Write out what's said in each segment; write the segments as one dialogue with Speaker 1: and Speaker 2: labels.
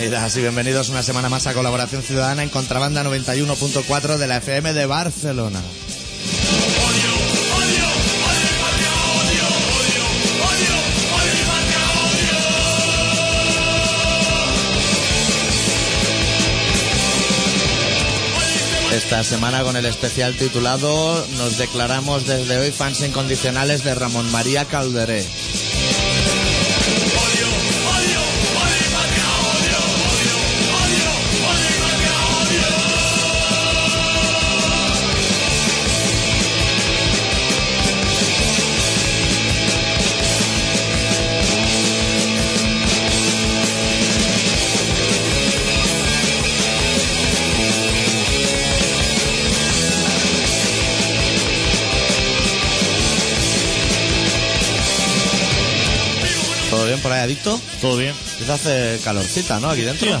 Speaker 1: Y ya así, bienvenidos una semana más a Colaboración Ciudadana en Contrabanda 91.4 de la FM de Barcelona. Esta semana con el especial titulado Nos declaramos desde hoy fans incondicionales de Ramón María Calderé. ¿Todo bien por ahí, adicto?
Speaker 2: Todo bien.
Speaker 1: Empieza a hacer calorcita, ¿no? Aquí dentro.
Speaker 2: Tía,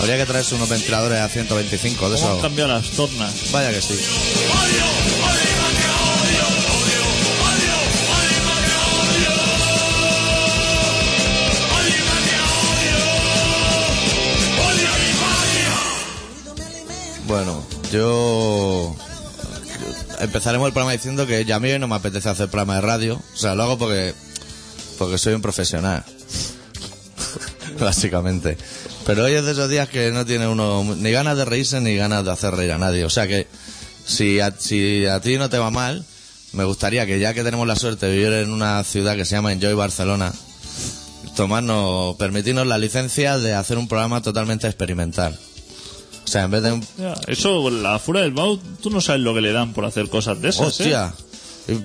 Speaker 1: Habría que traerse unos ventiladores a 125 de
Speaker 2: ¿cómo han
Speaker 1: esos.
Speaker 2: cambiado las tornas?
Speaker 1: Vaya que sí. Bueno, yo empezaremos el programa diciendo que ya a mí no me apetece hacer programa de radio. O sea, lo hago porque porque soy un profesional. Básicamente. Pero hoy es de esos días que no tiene uno ni ganas de reírse ni ganas de hacer reír a nadie. O sea que si a, si a ti no te va mal, me gustaría que ya que tenemos la suerte de vivir en una ciudad que se llama Enjoy Barcelona, tomarnos, permitirnos la licencia de hacer un programa totalmente experimental. O sea, en vez de un
Speaker 2: Tía, Eso, la fura del Bau, tú no sabes lo que le dan por hacer cosas de esas, ¿eh?
Speaker 1: Hostia.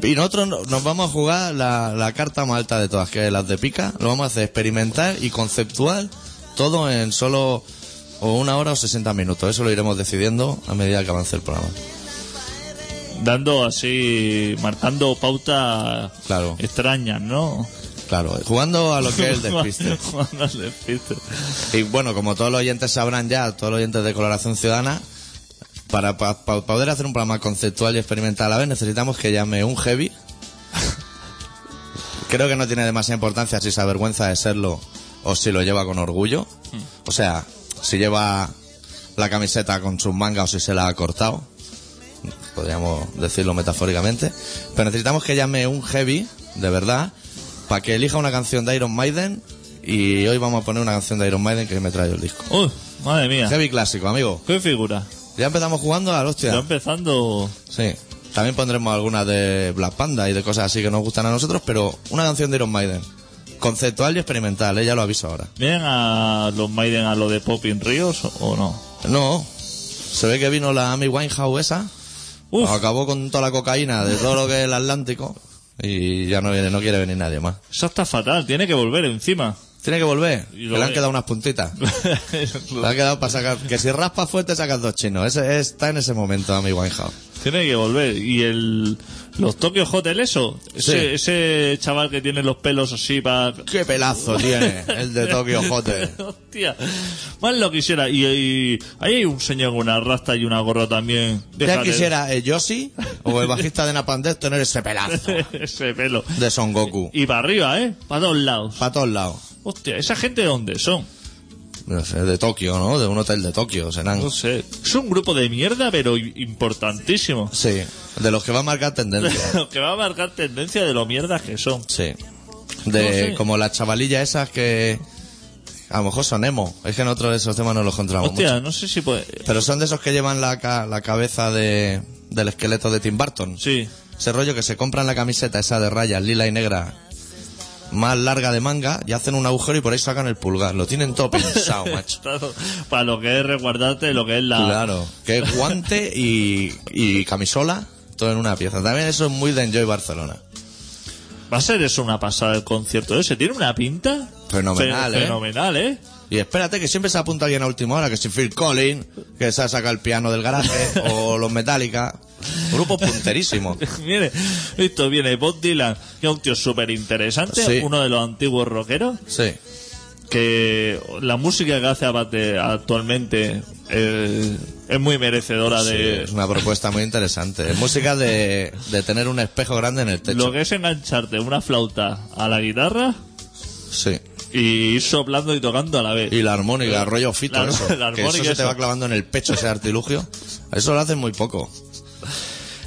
Speaker 1: Y nosotros no- nos vamos a jugar la, la carta más alta de todas, que es las de pica. Lo vamos a hacer experimental y conceptual, todo en solo o una hora o 60 minutos. Eso lo iremos decidiendo a medida que avance el programa.
Speaker 2: ¿eh? Dando así, marcando pautas
Speaker 1: Claro.
Speaker 2: extrañas, ¿no?
Speaker 1: Claro, jugando a lo que es el despiste.
Speaker 2: Jugando al despiste.
Speaker 1: Y bueno, como todos los oyentes sabrán ya, todos los oyentes de Coloración Ciudadana, para pa- pa- poder hacer un programa conceptual y experimental a la vez necesitamos que llame un heavy. Creo que no tiene demasiada importancia si se avergüenza de serlo o si lo lleva con orgullo. O sea, si lleva la camiseta con sus mangas o si se la ha cortado. Podríamos decirlo metafóricamente. Pero necesitamos que llame un heavy, de verdad, para que elija una canción de Iron Maiden. Y hoy vamos a poner una canción de Iron Maiden que me trae el disco.
Speaker 2: Uy, madre mía.
Speaker 1: Heavy clásico, amigo.
Speaker 2: Qué figura.
Speaker 1: Ya empezamos jugando a la hostia.
Speaker 2: Ya empezando...
Speaker 1: Sí. También pondremos algunas de Black Panda y de cosas así que nos gustan a nosotros, pero una canción de Iron Maiden. Conceptual y experimental, ¿eh? ya lo aviso ahora.
Speaker 2: ¿Vienen a los Maiden a lo de Popping Ríos o no?
Speaker 1: No. Se ve que vino la Amy Winehouse esa.
Speaker 2: Uf,
Speaker 1: Acabó con toda la cocaína de todo lo que es el Atlántico. Y ya no viene, no quiere venir nadie más.
Speaker 2: esa está fatal. Tiene que volver encima.
Speaker 1: Tiene que volver. Que
Speaker 2: Y lo
Speaker 1: le han
Speaker 2: ve.
Speaker 1: quedado unas puntitas. Le han quedado para sacar. Que si raspa fuerte sacas dos chinos. Ese, está en ese momento Amy Winehouse.
Speaker 2: Tiene que volver. Y el. Los Tokyo Hotel, eso. Ese, ese chaval que tiene los pelos así para.
Speaker 1: ¡Qué pelazo tiene! El de Tokyo Hotel.
Speaker 2: Hostia. Más lo quisiera. Y, y ahí hay un señor con una rasta y una gorra también.
Speaker 1: Ya
Speaker 2: Déjale
Speaker 1: quisiera el Yoshi o el bajista de Napandez tener ese pelazo
Speaker 2: ese pelo.
Speaker 1: de Son Goku.
Speaker 2: Y para arriba, ¿eh? Para todos lados.
Speaker 1: Para todos lados.
Speaker 2: Hostia, ¿esa gente de dónde son?
Speaker 1: No sé, de Tokio, ¿no? De un hotel de Tokio, serán.
Speaker 2: No sé. Es un grupo de mierda, pero importantísimo.
Speaker 1: Sí, de los que va a marcar tendencia.
Speaker 2: que va a marcar tendencia de lo mierdas que son.
Speaker 1: Sí.
Speaker 2: No
Speaker 1: De
Speaker 2: sé.
Speaker 1: como las chavalillas esas que a lo mejor son emo. Es que en otro de esos temas no los encontramos mucho.
Speaker 2: Hostia, no sé si puede.
Speaker 1: Pero son de esos que llevan la, ca- la cabeza de, del esqueleto de Tim Burton.
Speaker 2: Sí.
Speaker 1: Ese rollo que se compran la camiseta esa de rayas lila y negra más larga de manga y hacen un agujero y por ahí sacan el pulgar. Lo tienen todo pensado, macho.
Speaker 2: Claro, Para lo que es resguardarte, lo que es la.
Speaker 1: Claro, que es guante y, y camisola, todo en una pieza. También eso es muy de Enjoy Barcelona.
Speaker 2: Va a ser eso una pasada el concierto ese. Tiene una pinta.
Speaker 1: Fenomenal,
Speaker 2: Fe-
Speaker 1: ¿eh?
Speaker 2: Fenomenal, ¿eh?
Speaker 1: Y espérate, que siempre se apunta bien a última hora, que si Phil Collins, que se ha sacado el piano del garaje, o los Metallica. Grupos punterísimos.
Speaker 2: Mire, esto viene Bob Dylan, que es un tío súper interesante,
Speaker 1: Sí.
Speaker 2: uno de los antiguos rockeros,
Speaker 1: Sí.
Speaker 2: que la música que hace Abate actualmente eh, es muy merecedora
Speaker 1: Sí,
Speaker 2: de...
Speaker 1: es una propuesta muy interesante. Es música de, de tener un espejo grande en el techo.
Speaker 2: Lo que es engancharte una flauta a la guitarra
Speaker 1: Sí.
Speaker 2: y, Y ir soplando y tocando a la vez.
Speaker 1: Y la armónica, rollo fito,
Speaker 2: la-
Speaker 1: eso.
Speaker 2: la
Speaker 1: que
Speaker 2: armónica,
Speaker 1: eso se te
Speaker 2: eso.
Speaker 1: va clavando en el pecho ese artilugio. Eso lo hacen muy poco.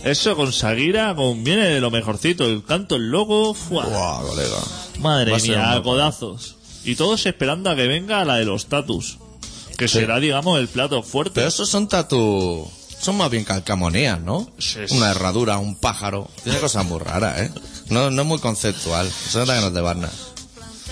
Speaker 2: Eso con Sagira conviene lo mejorcito. El canto, el loco, ¡fua!
Speaker 1: Buah, colega.
Speaker 2: Madre
Speaker 1: Va a ser
Speaker 2: mía,
Speaker 1: un
Speaker 2: a
Speaker 1: loco.
Speaker 2: codazos. Y todos esperando a que venga la de los tatus. Que
Speaker 1: Sí.
Speaker 2: será, digamos, el plato fuerte.
Speaker 1: Pero esos son tatu. Son más bien calcamonías, ¿no?
Speaker 2: Sí, sí.
Speaker 1: Una herradura, un pájaro. Tiene cosas muy raras, ¿eh? No, no es muy conceptual. Se nota que no es de Barna.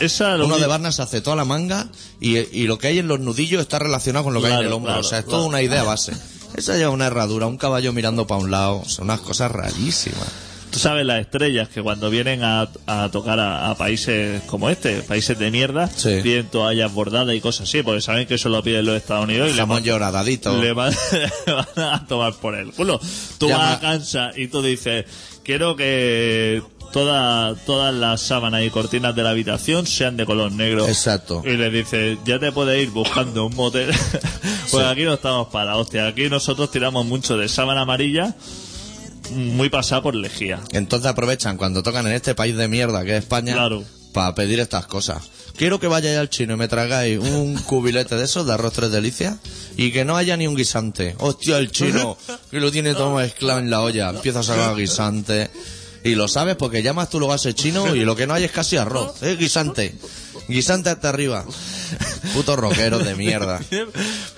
Speaker 2: Esa lo
Speaker 1: Uno
Speaker 2: uni-
Speaker 1: de Barna se hace toda la manga y, y lo que hay en los nudillos está relacionado con lo que hay en
Speaker 2: Claro,
Speaker 1: el hombro.
Speaker 2: claro,
Speaker 1: o sea, es
Speaker 2: claro.
Speaker 1: toda una idea base. Esa lleva una herradura, un caballo mirando para un lado. Son unas cosas rarísimas.
Speaker 2: Tú sabes las estrellas que cuando vienen a, a tocar a, a países como este, países de mierda,
Speaker 1: Sí.
Speaker 2: piden toallas bordadas y cosas así, porque saben que eso lo piden los Estados Unidos y le
Speaker 1: Jamón
Speaker 2: van-
Speaker 1: lloradadito.
Speaker 2: le van, le van a tomar por el culo. Tú
Speaker 1: Llama-
Speaker 2: vas a Kansas y tú dices, quiero que toda- todas las sábanas y cortinas de la habitación sean de color negro.
Speaker 1: Exacto.
Speaker 2: Y le dices, ya te puedes ir buscando un motel. pues aquí no estamos para, hostia. Aquí nosotros tiramos mucho de sábana amarilla, muy pasada por lejía.
Speaker 1: Entonces aprovechan cuando tocan en este país de mierda que es España
Speaker 2: Claro.
Speaker 1: para pedir estas cosas. Quiero que vayáis al chino y me tragáis un cubilete de esos de arroz tres delicias y que no haya ni un guisante. Hostia, el chino, que lo tiene todo mezclado en la olla. Empieza a sacar guisante. Y lo sabes porque llamas tú luego a ese chino y lo que no hay es casi arroz. Es guisante. Guisante hasta arriba. Putos roqueros de mierda.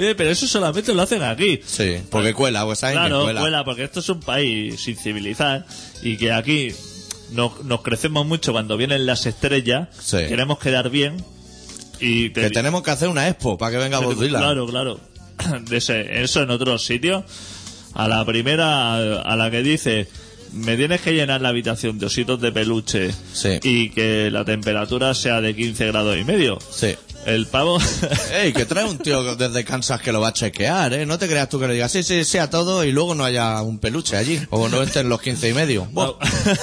Speaker 2: Eh, Pero eso solamente lo hacen aquí.
Speaker 1: Sí, porque cuela, pues saben que
Speaker 2: Claro,
Speaker 1: cuela.
Speaker 2: cuela, porque esto es un país sin civilizar y que aquí nos, nos crecemos mucho cuando vienen las estrellas,
Speaker 1: Sí.
Speaker 2: queremos quedar bien y te-
Speaker 1: Que tenemos que hacer una expo para que venga Bob Dylan.
Speaker 2: Claro, claro. De ese- eso en otros sitios, a la primera, a- a la que dice, me tienes que llenar la habitación de ositos de peluche
Speaker 1: Sí.
Speaker 2: y que la temperatura sea de 15 grados y medio.
Speaker 1: Sí.
Speaker 2: El pavo...
Speaker 1: Ey, que trae un tío desde Kansas que lo va a chequear, ¿eh? No te creas tú que le digas sí, sí, sí a todo y luego no haya un peluche allí. O no estén los 15 y medio. Buah.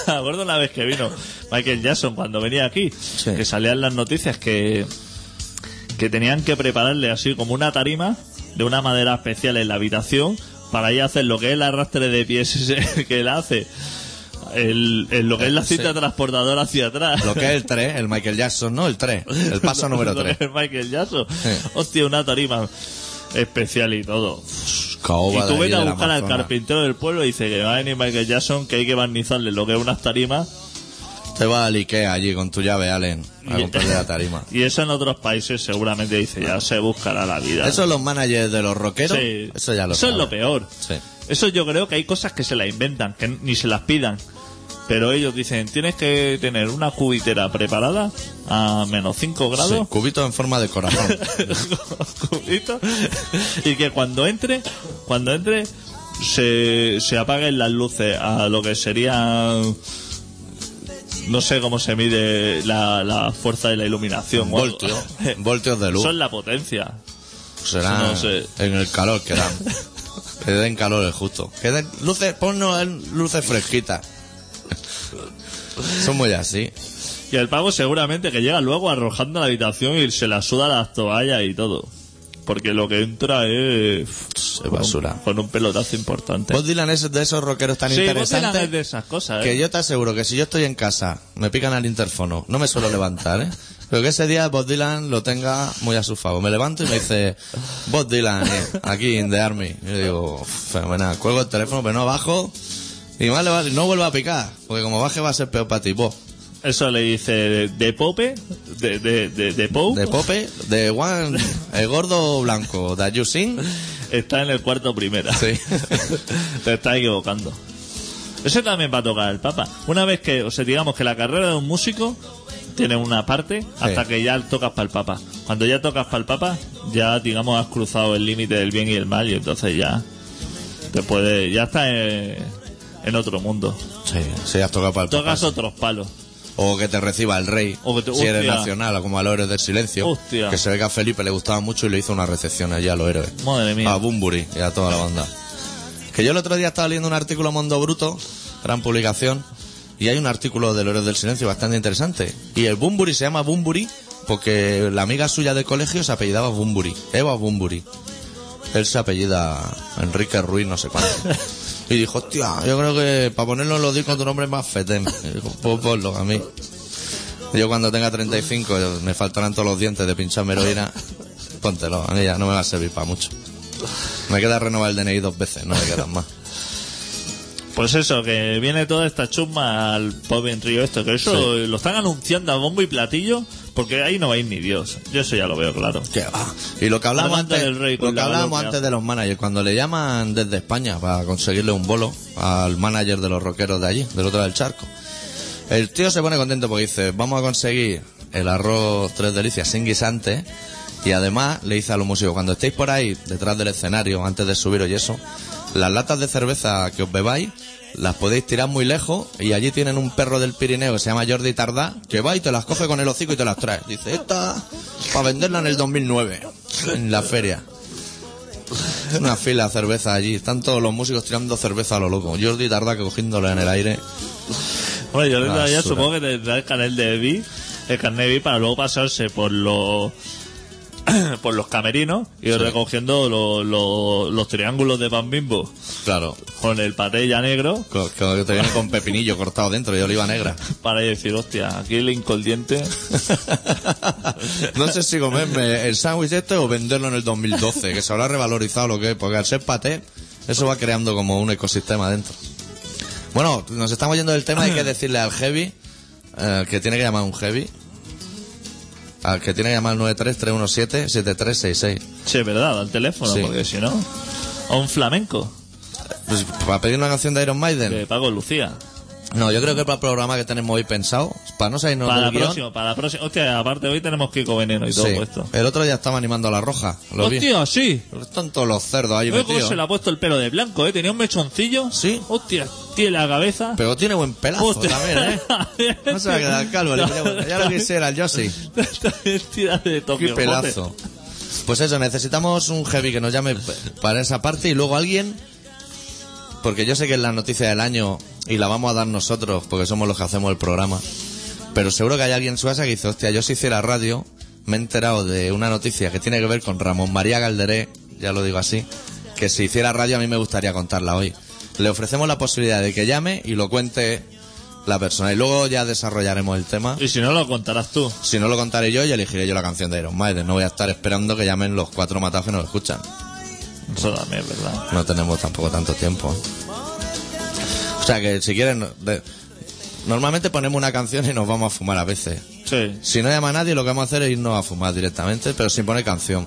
Speaker 2: Me acuerdo una vez que vino Michael Jackson cuando venía aquí, que salían las noticias que, que tenían que prepararle así como una tarima de una madera especial en la habitación para ir a hacer lo que es el arrastre de pies ese que él hace. El, el- lo que es la cinta
Speaker 1: Sí.
Speaker 2: transportadora hacia atrás.
Speaker 1: Lo que es el 3, el Michael Jackson, ¿no? El 3, el paso número
Speaker 2: Lo que
Speaker 1: 3.
Speaker 2: es Michael Jackson. Hostia, una tarima especial y todo. y tú vete a buscar al carpintero del pueblo y dice que va a venir Michael Jackson, que hay que barnizarle lo que es unas tarimas
Speaker 1: Te vas al Ikea allí con tu llave, Allen, a
Speaker 2: Y-
Speaker 1: comprarle la tarima.
Speaker 2: Y eso en otros países seguramente dice, ya se buscará la vida.
Speaker 1: Eso los managers de los rockeros,
Speaker 2: Sí.
Speaker 1: eso ya lo
Speaker 2: Eso es
Speaker 1: saben.
Speaker 2: lo peor.
Speaker 1: Sí.
Speaker 2: Eso yo creo que hay cosas que se las inventan, que ni se las pidan. Pero ellos dicen, tienes que tener una cubitera preparada a menos 5
Speaker 1: Sí,
Speaker 2: grados.
Speaker 1: cubito en forma de corazón.
Speaker 2: cubito, y que cuando entre, cuando entre, se, se apaguen las luces a lo que sería... No sé cómo se mide la, la fuerza de la iluminación. o algo.
Speaker 1: Voltios, voltios de luz.
Speaker 2: Son la potencia.
Speaker 1: Pues Será
Speaker 2: No sé.
Speaker 1: en el calor que dan. que den calor es justo. Que den luces, ponnos en luces fresquitas. Son muy así.
Speaker 2: Y el pavo seguramente que llega luego arrojando a la habitación y se la suda las toallas y todo. Porque lo que entra es...
Speaker 1: Es basura.
Speaker 2: Con un pelotazo importante.
Speaker 1: Bob Dylan es de esos rockeros tan
Speaker 2: Sí, Bob Dylan es de
Speaker 1: interesantes
Speaker 2: esas cosas, ¿eh?
Speaker 1: que yo te aseguro que si yo estoy en casa, me pican al interfono, no me suelo levantar, ¿eh? Pero que ese día Bob Dylan lo tenga muy a su favor. Me levanto y me dice, Bob Dylan, eh, aquí in the army. Y yo digo, fenomenal, cuelgo el teléfono, pero no bajo. Y más le vale, no vuelva a picar, porque como baje va a ser peor para ti, Bob.
Speaker 2: Eso le dice de, de Pope, de, de, de, de Pope,
Speaker 1: De Pope, de Juan, el gordo blanco, de Ayusin.
Speaker 2: está en el cuarto primera.
Speaker 1: Sí.
Speaker 2: Te estás equivocando. Ese también va a tocar el Papa. Una vez que, o sea, digamos que la carrera de un músico tiene una parte hasta que ya tocas para el Papa. Cuando ya tocas para el Papa, ya, digamos, has cruzado el límite del bien y el mal y entonces ya te puede, ya estás en, en otro mundo.
Speaker 1: Sí, sí, has tocado para el
Speaker 2: Tocas
Speaker 1: papá.
Speaker 2: otros palos.
Speaker 1: O que te reciba el rey,
Speaker 2: O que te-
Speaker 1: si eres
Speaker 2: hostia.
Speaker 1: nacional, o como a los héroes del silencio.
Speaker 2: Hostia.
Speaker 1: Que se ve que a Felipe le gustaba mucho y le hizo una recepción allí a los héroes.
Speaker 2: Madre mía.
Speaker 1: A Bumburi y a toda la banda. Que yo el otro día estaba leyendo un artículo en Mundo Bruto, gran publicación, y hay un artículo de los héroes del silencio bastante interesante. Y el Bumburi se llama Bumburi porque la amiga suya de colegio se apellidaba Bumburi, Eva Bumburi. Él se apellida Enrique Ruiz, no sé cuánto. Y dijo, hostia, yo creo que para ponerlo en los discos tu nombre es más fetén. Y dijo, pues ponlo a mí. Yo cuando tenga 35 me faltarán todos los dientes de pincharme heroína. Póntelo, a mí ya no me va a servir para mucho. Me queda renovar el DNI dos veces, no me quedan más.
Speaker 2: Pues eso, que viene toda esta chusma al pop en Río esto, que eso lo están anunciando a bombo y platillo, porque ahí no va a ir ni Dios. Yo eso ya lo veo claro.
Speaker 1: Que va. Ah, Y lo que hablábamos
Speaker 2: La banda
Speaker 1: antes,
Speaker 2: del rey con
Speaker 1: lo que
Speaker 2: la
Speaker 1: hablábamos
Speaker 2: baloca.
Speaker 1: antes de los managers, cuando le llaman desde España para conseguirle un bolo al manager de los rockeros de allí, del otro lado del charco, el tío se pone contento porque dice, vamos a conseguir el arroz tres delicias sin guisante. Y además le dice a los músicos, cuando estéis por ahí, detrás del escenario, antes de subiros y eso, las latas de cerveza que os bebáis, las podéis tirar muy lejos y allí tienen un perro del Pirineo que se llama Jordi Tardá, que va y te las coge con el hocico y te las trae. Dice, esta, para venderla en el 2009, en la feria. Una fila de cerveza allí, están todos los músicos tirando cerveza a lo loco. Jordi Tardá que cogiéndola en el aire.
Speaker 2: Bueno, yo
Speaker 1: Basura.
Speaker 2: ya supongo que tendrá el canal de Vi, el carnet de Vi para luego pasarse por los por los camerinos y
Speaker 1: Sí.
Speaker 2: recogiendo lo- lo- los triángulos de pan bimbo
Speaker 1: Claro,
Speaker 2: con el paté ya negro
Speaker 1: co- co- que te viene con pepinillo cortado dentro y oliva negra.
Speaker 2: para decir, hostia, aquí el incoldiente
Speaker 1: No sé si comerme el sándwich este o venderlo en el 2012, que se habrá revalorizado lo que es, porque al ser paté, eso va creando como un ecosistema dentro. Bueno, nos estamos yendo del tema, hay que decirle al heavy, eh, que tiene que llamar un heavy, al que tiene que llamar al 93317-7366,
Speaker 2: Sí, es verdad, al teléfono,
Speaker 1: Sí.
Speaker 2: porque si no. A un flamenco,
Speaker 1: pues, para pedir una canción de Iron Maiden.
Speaker 2: que pago Lucía.
Speaker 1: No, yo creo que para el programa que tenemos hoy pensado, para no salirnos
Speaker 2: Para
Speaker 1: del
Speaker 2: la
Speaker 1: guión,
Speaker 2: próxima, para la próxima. Hostia, aparte hoy tenemos Kiko Veneno y todo
Speaker 1: sí.
Speaker 2: puesto.
Speaker 1: el otro día estaba animando a la roja, lo vi.
Speaker 2: Hostia, sí.
Speaker 1: Están todos los cerdos ahí
Speaker 2: Luego
Speaker 1: metidos.
Speaker 2: se le ha puesto el pelo de blanco, ¿eh? Tenía un mechoncillo.
Speaker 1: Sí.
Speaker 2: Hostia, tiene la cabeza.
Speaker 1: Pero tiene buen pelazo
Speaker 2: Hostia.
Speaker 1: también, ¿eh? No se va a quedar calvo. el Miguel. ya lo quisiera el Yossi.
Speaker 2: También tira de Tokio
Speaker 1: Qué pelazo. Pues eso, necesitamos un heavy que nos llame p- para esa parte y luego alguien... Porque yo sé que es la noticia del año y la vamos a dar nosotros porque somos los que hacemos el programa. Pero seguro que hay alguien en su casa que dice, hostia, yo si hiciera radio me he enterado de una noticia que tiene que ver con Ramón María Galderé, ya lo digo así, que si hiciera radio a mí me gustaría contarla hoy. Le ofrecemos la posibilidad de que llame y lo cuente la persona y luego ya desarrollaremos el tema.
Speaker 2: Y si no lo contarás tú.
Speaker 1: Si no lo contaré yo y elegiré yo la canción de Iron Maiden. No voy a estar esperando que llamen los cuatro matados que nos escuchan.
Speaker 2: Eso también es verdad.
Speaker 1: No tenemos tampoco tanto tiempo. O sea que si quieren... no- de- Normalmente ponemos una canción y nos vamos a fumar a veces.
Speaker 2: Sí.
Speaker 1: Si no llama nadie, lo que vamos a hacer es irnos a fumar directamente, pero sin poner canción.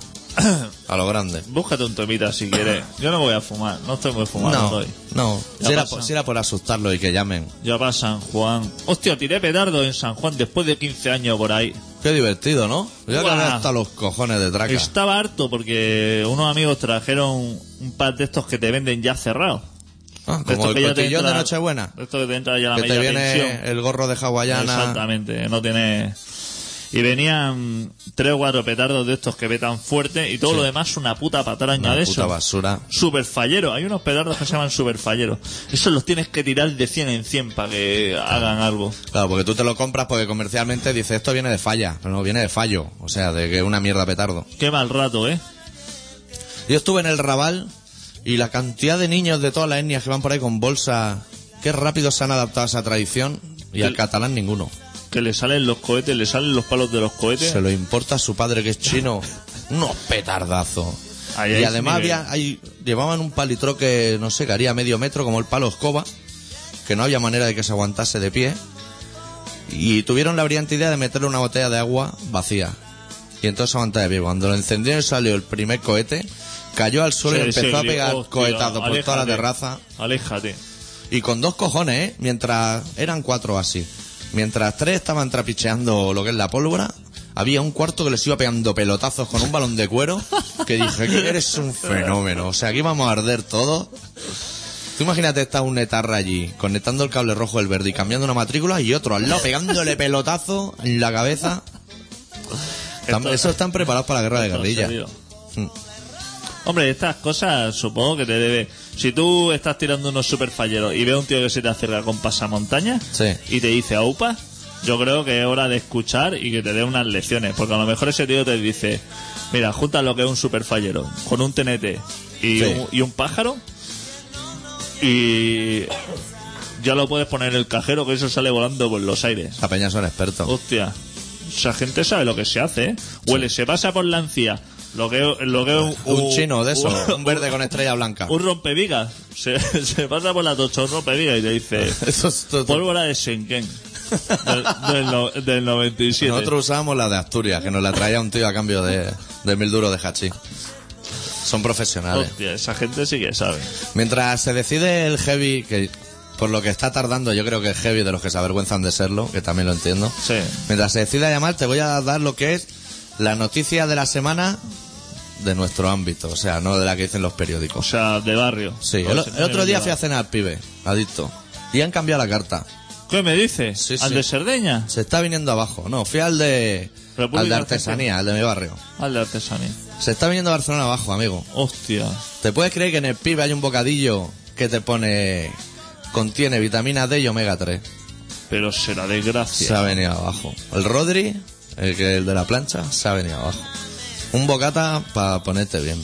Speaker 1: A lo grande.
Speaker 2: Búscate un temita si quieres. Yo no voy a fumar, no estoy muy fumado
Speaker 1: No,
Speaker 2: hoy.
Speaker 1: no.
Speaker 2: pues, Ya
Speaker 1: Si era,
Speaker 2: pasa.
Speaker 1: por, si era por asustarlo y que llamen.
Speaker 2: Ya va San Juan. Hostia, tiré petardo en San Juan después de 15 años por ahí.
Speaker 1: Qué divertido, ¿no? Yo que
Speaker 2: Guau.
Speaker 1: hasta los cojones de traca.
Speaker 2: Estaba harto porque unos amigos trajeron un par de estos que te venden ya cerrados.
Speaker 1: Ah, como
Speaker 2: De estos
Speaker 1: el
Speaker 2: que ya te
Speaker 1: cotillón de
Speaker 2: entra-
Speaker 1: Nochebuena.
Speaker 2: de estos que te entra ya la
Speaker 1: Que te
Speaker 2: media
Speaker 1: viene
Speaker 2: pensión.
Speaker 1: el gorro de hawaiana.
Speaker 2: Exactamente, no tiene... Y venían tres o cuatro petardos de estos que petan fuerte y todo lo demás una puta patraña
Speaker 1: Una
Speaker 2: de
Speaker 1: puta
Speaker 2: eso.
Speaker 1: basura.
Speaker 2: Super fallero, hay unos petardos que se llaman super fallero. Esos los tienes que tirar de 100 en 100 para que hagan algo.
Speaker 1: Claro, porque tú te lo compras porque comercialmente dices esto viene de falla, pero no viene de fallo, o sea, de que es una mierda petardo.
Speaker 2: Qué mal rato, ¿eh?
Speaker 1: Yo estuve en el Raval y la cantidad de niños de todas las etnias que van por ahí con bolsa, qué rápido se han adaptado a esa tradición y al
Speaker 2: El-
Speaker 1: catalán ninguno.
Speaker 2: Que le salen los cohetes, le salen los palos de los cohetes.
Speaker 1: Se lo importa a su padre que es chino. Unos petardazos.
Speaker 2: Ahí
Speaker 1: y
Speaker 2: hay
Speaker 1: además
Speaker 2: nivel.
Speaker 1: había, ahí llevaban un palitroque, no sé, que haría medio metro, como el palo escoba, que no había manera de que se aguantase de pie. Y tuvieron la brillante idea de meterle una botella de agua vacía. Y entonces aguantaba de pie. Cuando lo encendieron y salió el primer cohete, cayó al suelo y
Speaker 2: Sí,
Speaker 1: empezó
Speaker 2: sí,
Speaker 1: a pegar
Speaker 2: hostia,
Speaker 1: cohetazos por toda la
Speaker 2: aléjate,
Speaker 1: terraza.
Speaker 2: Aléjate.
Speaker 1: Y con dos cojones, ¿eh? Mientras eran cuatro así. Mientras tres estaban trapicheando lo que es la pólvora, había un cuarto que les iba pegando pelotazos con un balón de cuero que dije que eres un fenómeno. O sea, aquí vamos a arder todos. Tú imagínate está un netarra allí, conectando el cable rojo, el verde y cambiando una matrícula y otro al lado pegándole pelotazo en la cabeza. Están-
Speaker 2: Esto-
Speaker 1: eso están preparados para la guerra de Mm. guerrillas.
Speaker 2: Entonces, tío. Hombre, estas cosas supongo que te debe. Si tú estás tirando unos super falleros y ves a un tío que se te acerca con pasamontañas
Speaker 1: Sí.
Speaker 2: y te dice aupa, yo creo que es hora de escuchar y que te dé unas lecciones. Porque a lo mejor ese tío te dice: Mira, junta lo que es un super fallero con un TNT y,
Speaker 1: Sí.
Speaker 2: un, y un pájaro y. ya lo puedes poner en el cajero que eso sale volando por los aires.
Speaker 1: La peña son expertos.
Speaker 2: Hostia, esa gente sabe lo que se hace, ¿eh? Huele, se pasa por la encía. Lo que, lo que es
Speaker 1: un chino de eso, un, verde con estrella blanca.
Speaker 2: Un rompevigas. Se, se pasa por la tocha un rompevigas y te dice...
Speaker 1: Eso es todo-
Speaker 2: Pólvora de Schengen. Del, del no- del 97.
Speaker 1: Nosotros usábamos la de Asturias, que nos la traía un tío a cambio de, de mil duros de hachís. Son profesionales.
Speaker 2: Hostia, esa gente sí que sabe.
Speaker 1: Mientras se decide el heavy, que por lo que está tardando, yo creo que el heavy de los que se avergüenzan de serlo, que también lo entiendo.
Speaker 2: Sí.
Speaker 1: Mientras se decida llamar, te voy a dar lo que es la noticia de la semana de nuestro ámbito, o sea, no de la que dicen los
Speaker 2: O
Speaker 1: periódicos.
Speaker 2: sea, de barrio.
Speaker 1: Sí,
Speaker 2: O
Speaker 1: el,
Speaker 2: sea,
Speaker 1: el otro día
Speaker 2: de
Speaker 1: fui a cenar al pibe, adicto, y han cambiado la carta.
Speaker 2: barrio. ¿Qué me dices?
Speaker 1: Sí,
Speaker 2: ¿Al
Speaker 1: sí.
Speaker 2: de Cerdeña?
Speaker 1: Se está viniendo abajo. No, fui al de,
Speaker 2: República
Speaker 1: al de artesanía, al de mi barrio.
Speaker 2: Al de Artesanía.
Speaker 1: Se está viniendo Barcelona abajo, amigo.
Speaker 2: Hostia.
Speaker 1: ¿Te puedes creer que en el pibe hay un bocadillo que te pone... Contiene vitamina D y omega 3.
Speaker 2: Pero será
Speaker 1: Se
Speaker 2: desgracia.
Speaker 1: ha venido abajo. El Rodri, el, que, el de la plancha, se ha venido abajo. Un bocata para ponerte bien.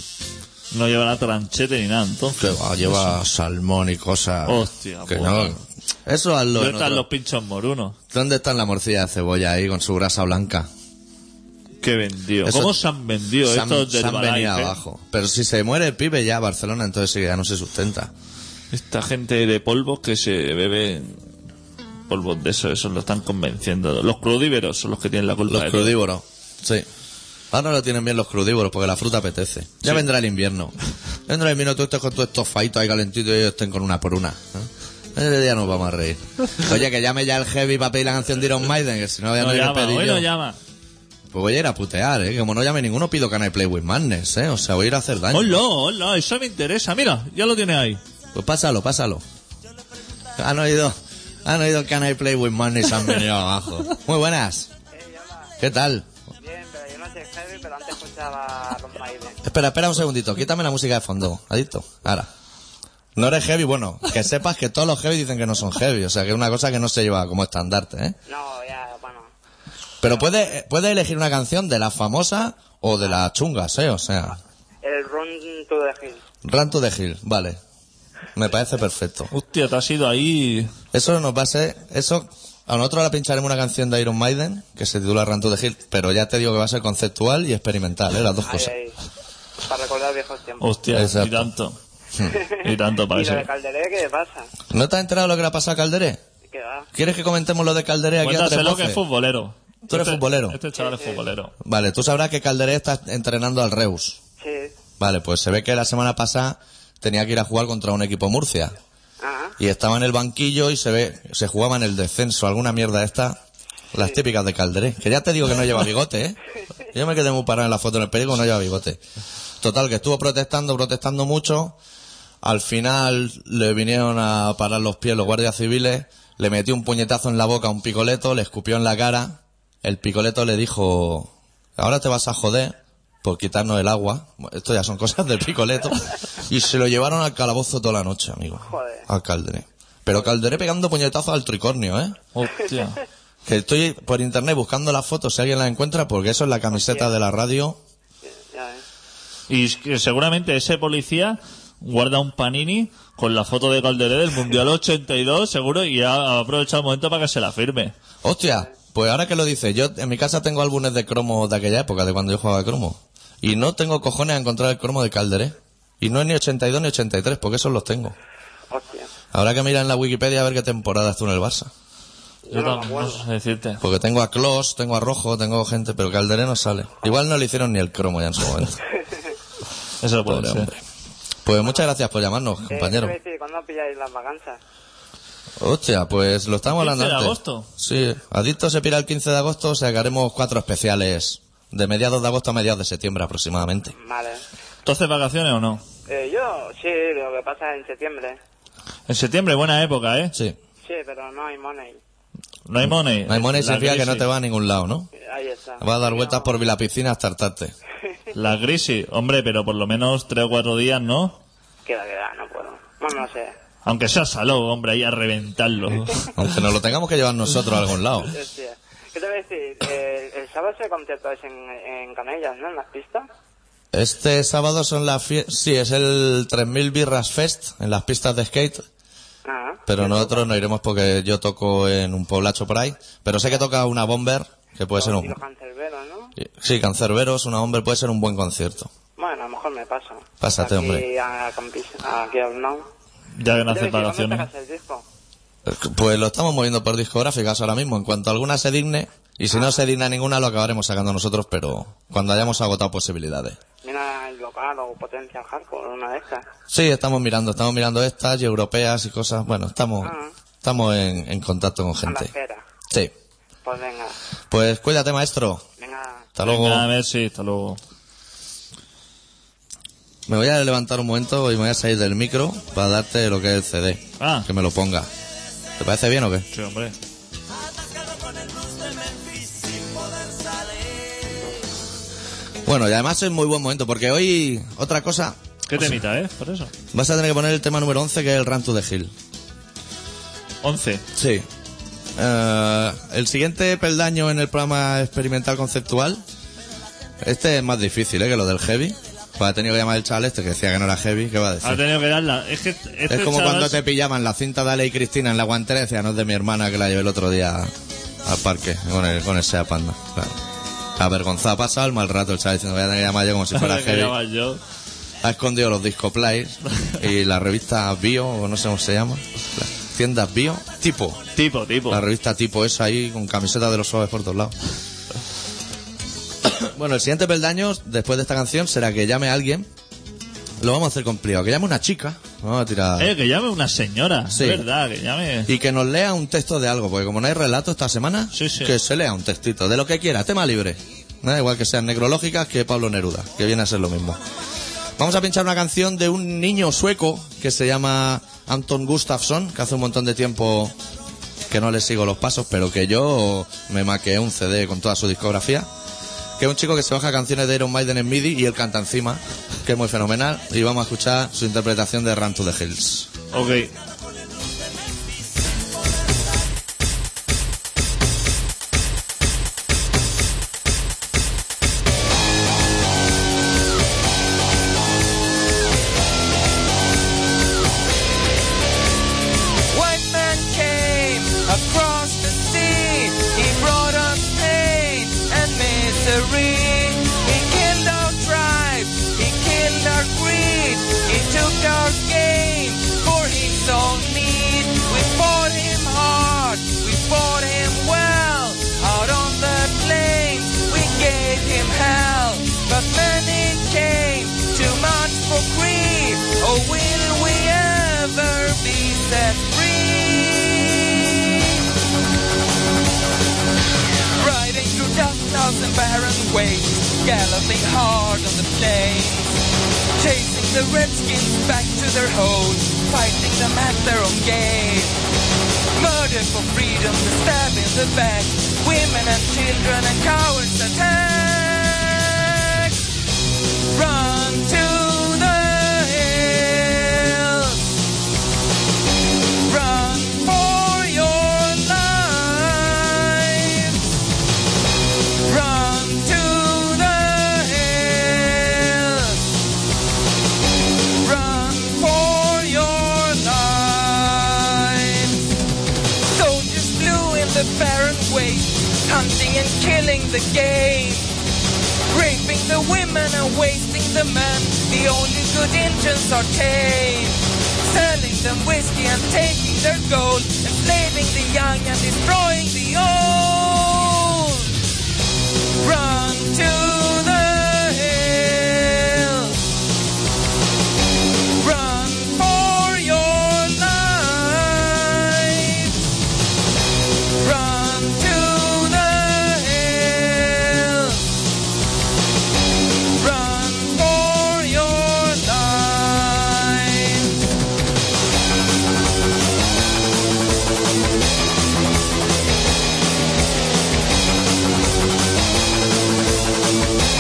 Speaker 2: No llevará tranchete ni nada,
Speaker 1: Que
Speaker 2: entonces.
Speaker 1: va, lleva salmón y cosas.
Speaker 2: Hostia,
Speaker 1: que
Speaker 2: puta.
Speaker 1: no. Eso hazlo
Speaker 2: ¿Dónde
Speaker 1: en
Speaker 2: están
Speaker 1: otro-
Speaker 2: los pinchos morunos?
Speaker 1: ¿Dónde están la morcilla de cebolla ahí con su grasa blanca?
Speaker 2: Qué vendido.
Speaker 1: Eso-
Speaker 2: ¿Cómo se han vendido
Speaker 1: se han,
Speaker 2: estos del eh?
Speaker 1: se han
Speaker 2: Balaife?
Speaker 1: venido abajo. Pero si se muere el pibe ya Barcelona, entonces sí que ya no se sustenta.
Speaker 2: Esta gente de polvos que se bebe polvos de eso, eso lo están convenciendo. Los crudíveros son los que tienen la culpa
Speaker 1: Los
Speaker 2: de todo.
Speaker 1: crudívoros. Sí. Ahora lo tienen bien los crudívoros porque la fruta apetece. Ya
Speaker 2: Sí.
Speaker 1: vendrá el invierno. vendrá el invierno, tú estés con todos estos faitos ahí calentitos y ellos estén con una por una. ¿no? Ese día nos vamos a reír. Oye, que llame ya el heavy para pedir la canción de Iron Maiden, que si no voy a
Speaker 2: No
Speaker 1: tener que
Speaker 2: llama,
Speaker 1: pedir
Speaker 2: hoy
Speaker 1: yo.
Speaker 2: no llama.
Speaker 1: Pues voy a ir a putear, ¿eh? Que Como no llame ninguno, pido que I Play With Madness, ¿eh? O sea, voy a ir a hacer daño.
Speaker 2: Hola, hola, eso me interesa. Mira, ya lo tiene ahí.
Speaker 1: Pues pásalo, pásalo. Han oído, han oído Can I Play With Madness, han venido abajo. Muy buenas.
Speaker 3: Eh, hola.
Speaker 1: ¿Qué tal?
Speaker 3: Bien, pero yo no sé heavy, pero antes escuchaba a los Maiden.
Speaker 1: Espera, espera un segundito. Quítame la música de fondo. Adicto. Ahora. No eres heavy, bueno, que sepas que todos los heavy dicen que no son heavy, o sea que es una cosa que no se lleva como estandarte, ¿eh?
Speaker 3: No, ya, bueno.
Speaker 1: Pero puedes puede elegir una canción de las famosas o de las chungas, ¿eh? O sea,
Speaker 3: El Run to the Hill.
Speaker 1: Ranto de Hill, vale. Me parece perfecto.
Speaker 2: Hostia, te has ido ahí.
Speaker 1: Eso nos va a ser, eso, a nosotros la pincharemos una canción de Iron Maiden que se titula Ranto de Hill, pero ya te digo que va a ser conceptual y experimental, ¿eh? Las dos
Speaker 3: Ahí,
Speaker 1: cosas.
Speaker 3: ahí. Para recordar viejos tiempos.
Speaker 2: Hostia,
Speaker 1: Exacto. Hmm.
Speaker 2: y tanto. Y tanto para
Speaker 3: ¿Y
Speaker 2: eso.
Speaker 3: lo de Calderé qué le pasa?
Speaker 1: ¿No te has enterado de lo que le ha pasado a Calderé?
Speaker 3: ¿Qué va?
Speaker 1: ¿Quieres que comentemos lo de Calderé aquí a tres
Speaker 2: Cuéntaselo que
Speaker 1: voces?
Speaker 2: es futbolero.
Speaker 1: Tú eres
Speaker 2: Este-
Speaker 1: futbolero.
Speaker 2: Este chaval es futbolero.
Speaker 1: Vale, tú sabrás que Calderé está entrenando al Reus.
Speaker 3: Sí.
Speaker 1: Vale, pues se ve que la semana pasada tenía que ir a jugar contra un equipo Murcia.
Speaker 3: Ajá.
Speaker 1: Y estaba en el banquillo y se ve, se jugaba en el descenso, alguna mierda esta. Las típicas de Calderé. Que ya te digo que no lleva bigote, ¿eh? Yo me quedé muy parado en la foto en el periódico, no lleva bigote. Total, que estuvo protestando, protestando mucho. Al final le vinieron a parar los pies los guardias civiles, le metió un puñetazo en la boca a un picoleto, le escupió en la cara. El picoleto le dijo, ahora te vas a joder por quitarnos el agua. Bueno, Esto ya son cosas del picoleto. Y se lo llevaron al calabozo toda la noche, amigo.
Speaker 3: Joder.
Speaker 1: Al Calderé. Pero Calderé pegando puñetazos al tricornio, ¿eh?
Speaker 2: Hostia.
Speaker 1: Que estoy por internet buscando las fotos si alguien las encuentra, porque eso es la camiseta de la radio.
Speaker 3: Ya ves.
Speaker 2: Y es que seguramente ese policía guarda un panini con la foto de Calderé del Mundial 82, seguro, y ha aprovechado el momento para que se la firme.
Speaker 1: Hostia, pues ahora que lo dices, yo en mi casa tengo álbumes de cromo de aquella época, de cuando yo jugaba a cromo. Y no tengo cojones a encontrar el cromo de Calderé. Y no es ni 82 ni 83, porque esos los tengo.
Speaker 3: Hostia.
Speaker 1: Habrá que mirar en la Wikipedia a ver qué temporada estuvo en el Barça.
Speaker 3: Yo no me
Speaker 2: no
Speaker 3: acuerdo.
Speaker 2: sé decirte.
Speaker 1: Porque tengo a Klos, tengo a Rojo, tengo gente, pero Calderé no sale. Igual no le hicieron ni el cromo ya en su momento.
Speaker 2: Eso puede
Speaker 1: Pobre
Speaker 2: ser.
Speaker 1: hombre. Pues muchas gracias por llamarnos,
Speaker 3: Eh,
Speaker 1: compañero.
Speaker 3: iba a decir, ¿Cuándo pilláis las vacanzas?
Speaker 1: Hostia, pues lo estamos
Speaker 2: ¿El
Speaker 1: hablando
Speaker 2: 15 de
Speaker 1: antes.
Speaker 2: agosto?
Speaker 1: Sí, Adicto se pira el 15 de agosto, o sea que haremos cuatro especiales de mediados de agosto a mediados de septiembre aproximadamente.
Speaker 3: Vale.
Speaker 2: ¿Entonces vacaciones o no?
Speaker 3: Eh, yo, sí, lo que pasa es en septiembre.
Speaker 2: En septiembre, buena época, ¿eh?
Speaker 1: Sí.
Speaker 3: Sí, pero no hay money.
Speaker 2: No hay money.
Speaker 1: Maimone
Speaker 2: La
Speaker 1: significa que no
Speaker 2: crisis.
Speaker 1: te va a ningún lado, ¿no?
Speaker 3: Ahí está.
Speaker 1: Va a dar
Speaker 3: No.
Speaker 1: vueltas por la piscina hasta hartarte.
Speaker 2: La crisis, hombre, pero por lo menos tres o cuatro días, ¿no?
Speaker 3: Queda, queda, no puedo. Bueno, no sé.
Speaker 2: Aunque sea saló, hombre, ahí a reventarlo.
Speaker 1: Aunque nos lo tengamos que llevar nosotros a algún lado.
Speaker 3: Hostia. ¿Qué te voy a decir? Eh, el sábado se concierto es en, en Canellas, ¿no? En las pistas.
Speaker 1: Este sábado son las fiestas... Sí, es el 3000 Birras Fest en las pistas de skate.
Speaker 3: Ah,
Speaker 1: Pero nosotros no iremos porque yo toco en un poblacho por ahí. Pero sé que toca una bomber, que puede ser
Speaker 3: y
Speaker 1: un...
Speaker 3: los cancerberos, ¿no?
Speaker 1: Sí, cancerberos, una bomber puede ser un buen concierto.
Speaker 3: Bueno, a lo mejor me paso.
Speaker 1: Pásate,
Speaker 3: aquí
Speaker 1: hombre.
Speaker 3: A Campis- aquí a Bernau.
Speaker 2: Ya que no hace
Speaker 3: Debe decir, ¿dónde
Speaker 2: pagaciones.
Speaker 3: sacas el disco?
Speaker 1: Pues lo estamos moviendo por discográficas ahora mismo. En cuanto alguna se digne, y si no se digna ninguna, lo acabaremos sacando nosotros, pero cuando hayamos agotado posibilidades.
Speaker 3: Mira el local o potencia hardcore, una de estas.
Speaker 1: Sí, estamos mirando, estamos mirando estas y europeas y cosas. Bueno, estamos,
Speaker 3: Ah.
Speaker 1: estamos en, en contacto con
Speaker 3: A la
Speaker 1: gente.
Speaker 3: espera.
Speaker 1: Sí.
Speaker 3: Pues venga,
Speaker 1: Pues cuídate, maestro.
Speaker 3: venga.
Speaker 1: Hasta luego.
Speaker 2: Venga, a ver si, hasta luego.
Speaker 1: Me voy a levantar un momento y me voy a salir del micro para darte lo que es el CD.
Speaker 2: Ah.
Speaker 1: Que me lo ponga. ¿Te parece bien o qué?
Speaker 2: Sí, hombre.
Speaker 1: Bueno, y además es muy buen momento porque hoy, otra cosa,
Speaker 2: ¿Qué temita, eh? Por eso.
Speaker 1: vas a tener que poner el tema número 11 que es el Run to the Hill.
Speaker 2: 11.
Speaker 1: Sí. Eh, el siguiente peldaño en el programa experimental conceptual. Este es más difícil ¿eh? que lo del heavy. Pues ha tenido que llamar el chaval este que decía que no era heavy. ¿Qué va a decir?
Speaker 2: Ha tenido que darla. Es que este
Speaker 1: es como
Speaker 2: chaval-
Speaker 1: cuando te pillaban la cinta de Ale y Cristina en la guantera y decía, no es de mi hermana que la llevé el otro día al parque con el, con el Seat Panda. Claro. Avergonzado, ha pasado el mal rato el chaval diciendo, voy a tener que llamar yo como si fuera
Speaker 2: que
Speaker 1: heavy.
Speaker 2: llamaba yo.
Speaker 1: Ha escondido los disco plays y la revista Bio, o no sé cómo se llama. Las tiendas Bio, tipo.
Speaker 2: Tipo, tipo.
Speaker 1: La revista tipo esa ahí con camiseta de los suaves por todos lados. bueno, el siguiente peldaño después de esta canción será que llame a alguien. Lo vamos a hacer complicado. Que llame una chica. Vamos a tirar.
Speaker 2: Eh, que llame una señora.
Speaker 1: Sí.
Speaker 2: Es verdad, que llame.
Speaker 1: Y que nos lea un texto de algo, porque como no hay relato esta semana,
Speaker 2: Sí, sí.
Speaker 1: que se lea un textito, de lo que quiera, tema libre. No da igual que sean necrológicas que Pablo Neruda, que viene a ser lo mismo. Vamos a pinchar una canción de un niño sueco que se llama Anton Gustafsson, que hace un montón de tiempo que no le sigo los pasos, pero que yo me maqué un CD con toda su discografía. Que es un chico que se baja canciones de Iron Maiden en MIDI y él canta encima, que es muy fenomenal. Y vamos a escuchar su interpretación de Run to the Hills.
Speaker 2: Ok.
Speaker 4: One man came across the sea. He brought us pain and misery. He killed our tribe. He killed our greed. He took our game for his own need. We fought him hard. We fought him well. Out on the plains, we gave him hell. But many came. Too much for greed. Oh, will we ever be set free? Riding through dark clouds and barren wastes, galloping hard on the plains, chasing the redskins back to their holes, fighting them at their own game. Murder for freedom, the stab in the back, women and children and cowards attack. Run to the hills. Run for your life. Run to the hills. Run for your life. Soldiers flew in the barren waste, hunting and killing the game. Raping the women and wasting the men. The only good engines are tame. Selling them whiskey and taking their gold. Enslaving the young and destroying the old. Run to the hills. Run for your life. Run to the hills. Run for your life.
Speaker 1: Bueno,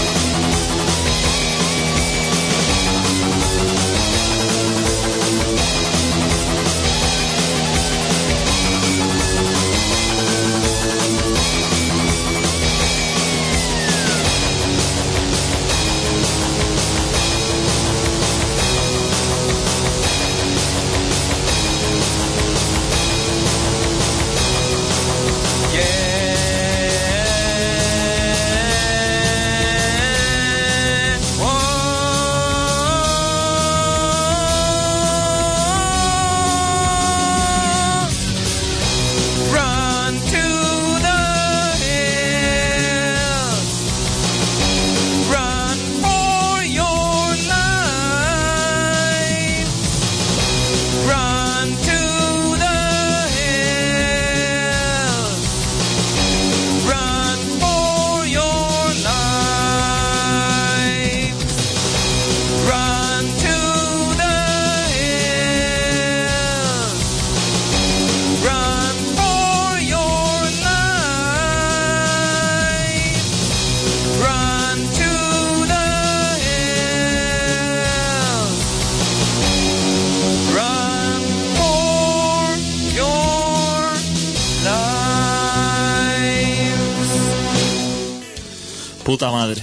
Speaker 2: Puta madre.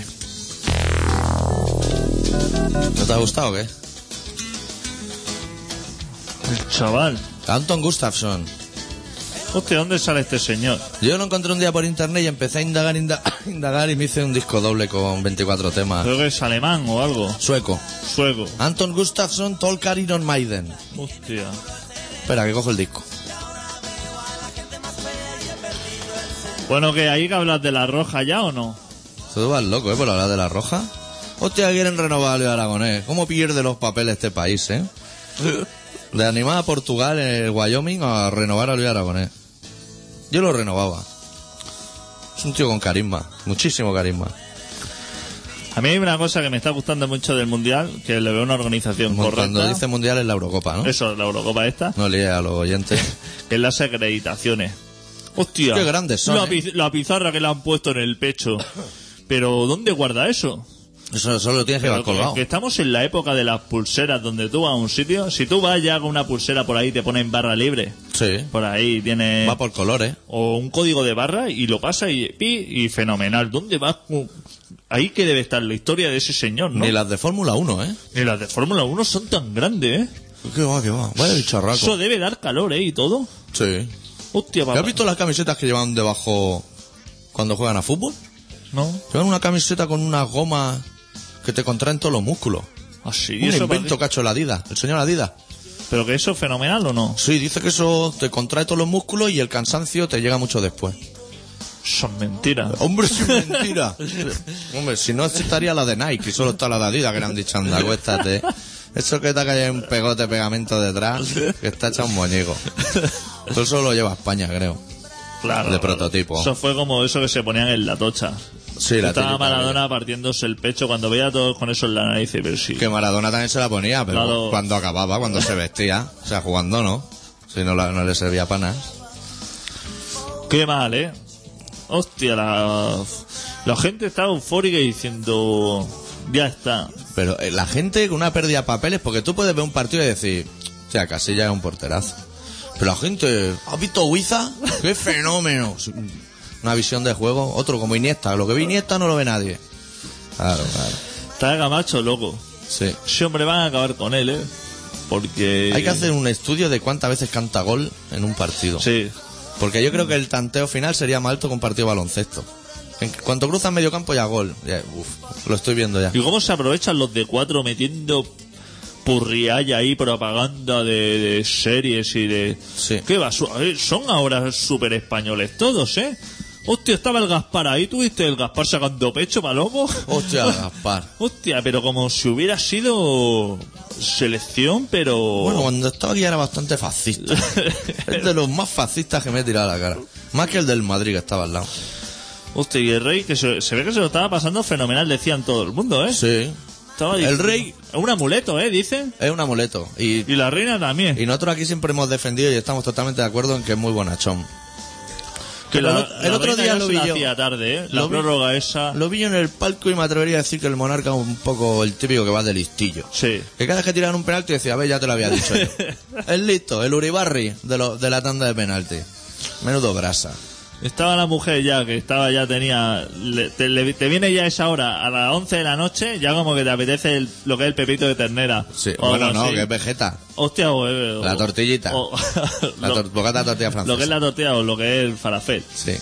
Speaker 1: ¿No te ha gustado o qué?
Speaker 2: El chaval.
Speaker 1: Anton Gustafsson.
Speaker 2: Hostia, ¿dónde sale este señor?
Speaker 1: Yo lo encontré un día por internet y empecé a indagar, inda- indagar y me hice un disco doble con 24 temas.
Speaker 2: Creo que es alemán o algo.
Speaker 1: Sueco.
Speaker 2: Sueco.
Speaker 1: Anton Gustafsson, Tolkar Iron Maiden.
Speaker 2: Hostia.
Speaker 1: Espera, que cojo el disco.
Speaker 2: Bueno, que ahí que hablas de la roja ya o no.
Speaker 1: Tú vas loco, ¿eh? Por hablar de la roja. Hostia, quieren renovar a Luis Aragonés. ¿Cómo pierde los papeles este país, eh? Le animaba a Portugal, el Wyoming, a renovar a Luis Aragonés. Yo lo renovaba. Es un tío con carisma, muchísimo carisma.
Speaker 2: A mí hay una cosa que me está gustando mucho del mundial, que le veo una organización
Speaker 1: Cuando
Speaker 2: correcta.
Speaker 1: dice mundial es la Eurocopa, ¿no?
Speaker 2: Eso, la Eurocopa esta,
Speaker 1: No líe a los oyentes.
Speaker 2: que es las acreditaciones. Hostia.
Speaker 1: Qué grandes son,
Speaker 2: La,
Speaker 1: eh.
Speaker 2: piz- la pizarra que le han puesto en el pecho. Pero, ¿dónde guarda eso?
Speaker 1: Eso solo lo tienes que
Speaker 2: Pero
Speaker 1: llevar colgado.
Speaker 2: que estamos en la época de las pulseras, donde tú vas a un sitio, si tú vas ya con una pulsera por ahí, te ponen barra libre.
Speaker 1: Sí.
Speaker 2: Por ahí tiene
Speaker 1: Va por colores.
Speaker 2: o un código de barra y lo pasa y pi, y fenomenal. ¿Dónde vas? Cu- Ahí que debe estar la historia de ese señor, ¿no?
Speaker 1: Ni las de Fórmula 1, ¿eh?
Speaker 2: Ni las de Fórmula 1 son tan grandes, ¿eh?
Speaker 1: Qué va, qué va. Vaya bicharraco.
Speaker 2: Eso debe dar calor, ¿eh? Y todo.
Speaker 1: Sí.
Speaker 2: Hostia,
Speaker 1: ¿Te
Speaker 2: papá.
Speaker 1: has visto las camisetas que llevan debajo cuando juegan a fútbol?
Speaker 2: No.
Speaker 1: Llevan una camiseta con una goma que te contraen todos los músculos.
Speaker 2: Así,
Speaker 1: Un
Speaker 2: Ah, eso
Speaker 1: invento que ha hecho la Adidas, el señor Adidas.
Speaker 2: parece- Pero que eso es fenomenal o no?
Speaker 1: Sí, dice que eso te contrae todos los músculos y el cansancio te llega mucho después.
Speaker 2: Son mentiras.
Speaker 1: Hombre, sin mentira. Hombre, si no estaría la de Nike, y solo está la de Adidas que le han dicho, anda, acuéstate. Eso que te ha caído un pegote de pegamento detrás, que está hecha un muñeco. Todo eso lo lleva a España, creo.
Speaker 2: Claro.
Speaker 1: de prototipo.
Speaker 2: Eso fue como eso que se ponían en la tocha.
Speaker 1: Oh. Sí, la
Speaker 2: Estaba
Speaker 1: típica
Speaker 2: Maradona partiéndose el pecho cuando veía a todos con eso en la nariz. y, Pero sí.
Speaker 1: Que Maradona también se la ponía, pero
Speaker 2: Claro.
Speaker 1: cuando acababa, cuando se vestía, o sea, jugando no. Si no, la- no le servía para nada.
Speaker 2: Qué mal, ¿eh? Hostia, la, la gente está eufórica y diciendo... Ya está.
Speaker 1: Pero eh, la gente con una pérdida de papeles, porque tú puedes ver un partido y decir, o sea, Casilla es un porterazo. Pero la gente, ¿has visto Huiza? ¡Qué fenómeno! Una visión de juego, otro como Iniesta. Lo que ve Iniesta no lo ve nadie. Claro, claro.
Speaker 2: Está Gamacho loco.
Speaker 1: Sí.
Speaker 2: Ese hombre van a acabar con él, ¿eh? Porque...
Speaker 1: Hay que hacer un estudio de cuántas veces canta gol en un partido.
Speaker 2: Sí.
Speaker 1: Porque yo creo que el tanteo final sería más alto que un partido de baloncesto. En cuanto cruzan medio campo ya gol. Ya, uf, lo estoy viendo ya.
Speaker 2: ¿Y cómo se aprovechan los de cuatro metiendo purrialla ahí, propaganda de, de series y de...
Speaker 1: Sí.
Speaker 2: Qué basura. eh, Son ahora súper españoles todos, ¿eh? Hostia, estaba el Gaspar ahí. ¿Tuviste el Gaspar sacando pecho, palomo?
Speaker 1: Hostia, Gaspar.
Speaker 2: Hostia, pero como si hubiera sido selección, pero...
Speaker 1: Bueno, cuando estaba aquí era bastante fascista. es de los más fascistas que me he tirado a la cara. Más que el del Madrid que estaba al lado.
Speaker 2: Hostia, y el rey, que se, se ve que se lo estaba pasando fenomenal, decían todo el mundo, ¿eh?
Speaker 1: Sí.
Speaker 2: Estaba
Speaker 1: El
Speaker 2: diciendo-
Speaker 1: rey-
Speaker 2: Es un amuleto, ¿eh? Dicen.
Speaker 1: Es un amuleto. Y,
Speaker 2: Y la reina también.
Speaker 1: y nosotros aquí siempre hemos defendido y estamos totalmente de acuerdo en que es muy bonachón.
Speaker 2: que
Speaker 1: pero
Speaker 2: la-
Speaker 1: el
Speaker 2: la
Speaker 1: otro
Speaker 2: reina
Speaker 1: día
Speaker 2: ya
Speaker 1: lo
Speaker 2: se
Speaker 1: vi
Speaker 2: la
Speaker 1: yo.
Speaker 2: hacía tarde, ¿eh? La
Speaker 1: Lo vi-
Speaker 2: prórroga esa...
Speaker 1: Lo vi yo en el palco y me atrevería a decir que el monarca es un poco el típico que va de listillo.
Speaker 2: Sí.
Speaker 1: Que cada vez que tiraban un penalti decía, a ver, ya te lo había dicho yo. es listo, el Uribarri de, lo- de la tanda de penalti. Menudo brasa.
Speaker 2: Estaba la mujer ya, que estaba ya tenía... le- te, le- te viene ya esa hora, a las 11 de la noche, ya como que te apetece el- lo que es el pepito de ternera.
Speaker 1: Sí,
Speaker 2: O
Speaker 1: bueno,
Speaker 2: algo
Speaker 1: no,
Speaker 2: así.
Speaker 1: que es vegeta.
Speaker 2: Hostia, o, eh, o-
Speaker 1: La tortillita.
Speaker 2: o-
Speaker 1: La
Speaker 2: lo,
Speaker 1: tor- bocata de tortilla francesa.
Speaker 2: lo que es la tortilla o lo que es el falafel.
Speaker 1: Sí.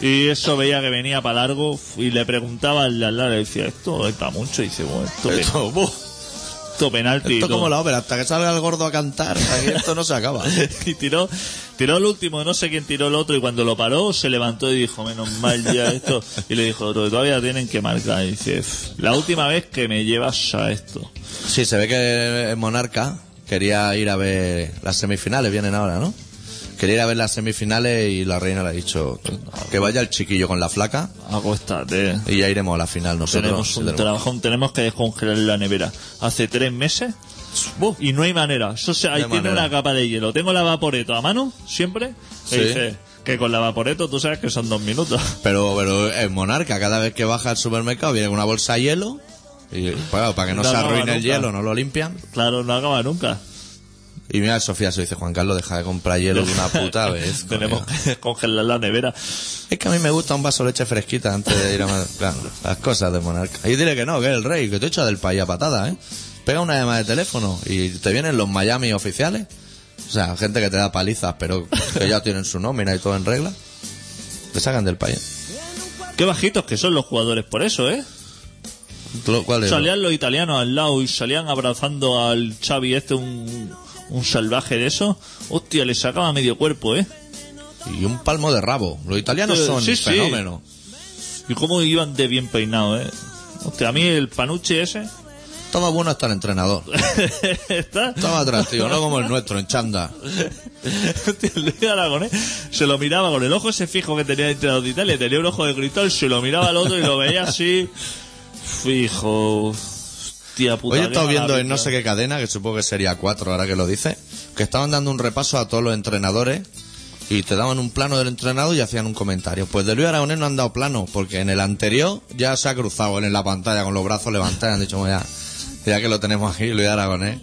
Speaker 2: Y eso veía que venía para largo y le preguntaba al de al lado, le decía, esto es para mucho. Y dice, bueno, esto, pe-
Speaker 1: Esto, buf,
Speaker 2: esto penalti. y
Speaker 1: esto
Speaker 2: todo.
Speaker 1: como la ópera, hasta que salga el gordo a cantar, aquí esto no se acaba.
Speaker 2: y tiró, tiró el último, no sé quién tiró el otro, y cuando lo paró se levantó y dijo, menos mal ya esto. Y le dijo, "Pero todavía tienen que marcar. Y dice, "Pff, la última vez que me llevas a esto.
Speaker 1: Sí, se ve que el Monarca quería ir a ver las semifinales, vienen ahora, ¿no? Quería ir a ver las semifinales y la reina le ha dicho que vaya el chiquillo con la flaca
Speaker 2: Acostate.
Speaker 1: y ya iremos a la final nosotros.
Speaker 2: Tenemos un trabajón, tenemos que descongelar la nevera. Hace tres meses y no hay manera. Eso se, ahí
Speaker 1: No hay
Speaker 2: tiene
Speaker 1: manera.
Speaker 2: una capa de hielo. Tengo la vaporeto a mano siempre.
Speaker 1: Sí.
Speaker 2: Y dice que con la vaporeto tú sabes que son dos minutos.
Speaker 1: Pero, pero el monarca cada vez que baja al supermercado viene con una bolsa de hielo y pues, claro, para que no,
Speaker 2: No
Speaker 1: se
Speaker 2: acaba
Speaker 1: arruine el
Speaker 2: nunca.
Speaker 1: hielo no lo limpian.
Speaker 2: Claro, no acaba nunca.
Speaker 1: Y mira, Sofía se dice, Juan Carlos, deja de comprar hielo de una puta vez. coño".
Speaker 2: Tenemos que congelar la nevera.
Speaker 1: Es que a mí me gusta un vaso de leche fresquita antes de ir a Madrid. Claro, las cosas de monarca. Y dile que no, que es el rey, que te echa del país a patada, ¿eh? Pega una llamada de teléfono y te vienen los Miami oficiales. O sea, gente que te da palizas, pero que ya tienen su nómina y todo en regla. Te sacan del país.
Speaker 2: Qué bajitos que son los jugadores por eso, ¿eh?
Speaker 1: Lo cual es-
Speaker 2: Salían los italianos al lado y salían abrazando al Xavi este, un, un salvaje de eso. Hostia, le sacaba medio cuerpo, ¿eh?
Speaker 1: Y un palmo de rabo. Los italianos
Speaker 2: Eh,
Speaker 1: son
Speaker 2: sí, sí.
Speaker 1: fenómenos.
Speaker 2: Y cómo iban de bien peinados, ¿eh? Hostia, a mí el panuche ese...
Speaker 1: Está más bueno hasta el entrenador.
Speaker 2: está...
Speaker 1: Está más atractivo, no como el nuestro, en chanda.
Speaker 2: Hostia, Luis Aragonés se lo miraba con el ojo ese fijo que tenía dentro de Italia, tenía un ojo de cristal, se lo miraba al otro y lo veía así fijo. Hostia puta.
Speaker 1: Hoy he
Speaker 2: qué
Speaker 1: estado
Speaker 2: mala
Speaker 1: viendo en
Speaker 2: pinta.
Speaker 1: no sé qué cadena, que supongo que sería cuatro ahora que lo dice, que estaban dando un repaso a todos los entrenadores y te daban un plano del entrenado y hacían un comentario. Pues de Luis Aragonés no han dado plano, porque en el anterior ya se ha cruzado en la pantalla con los brazos levantados y han dicho, "Bueno, ya, ya que lo tenemos aquí, Luis Aragonés.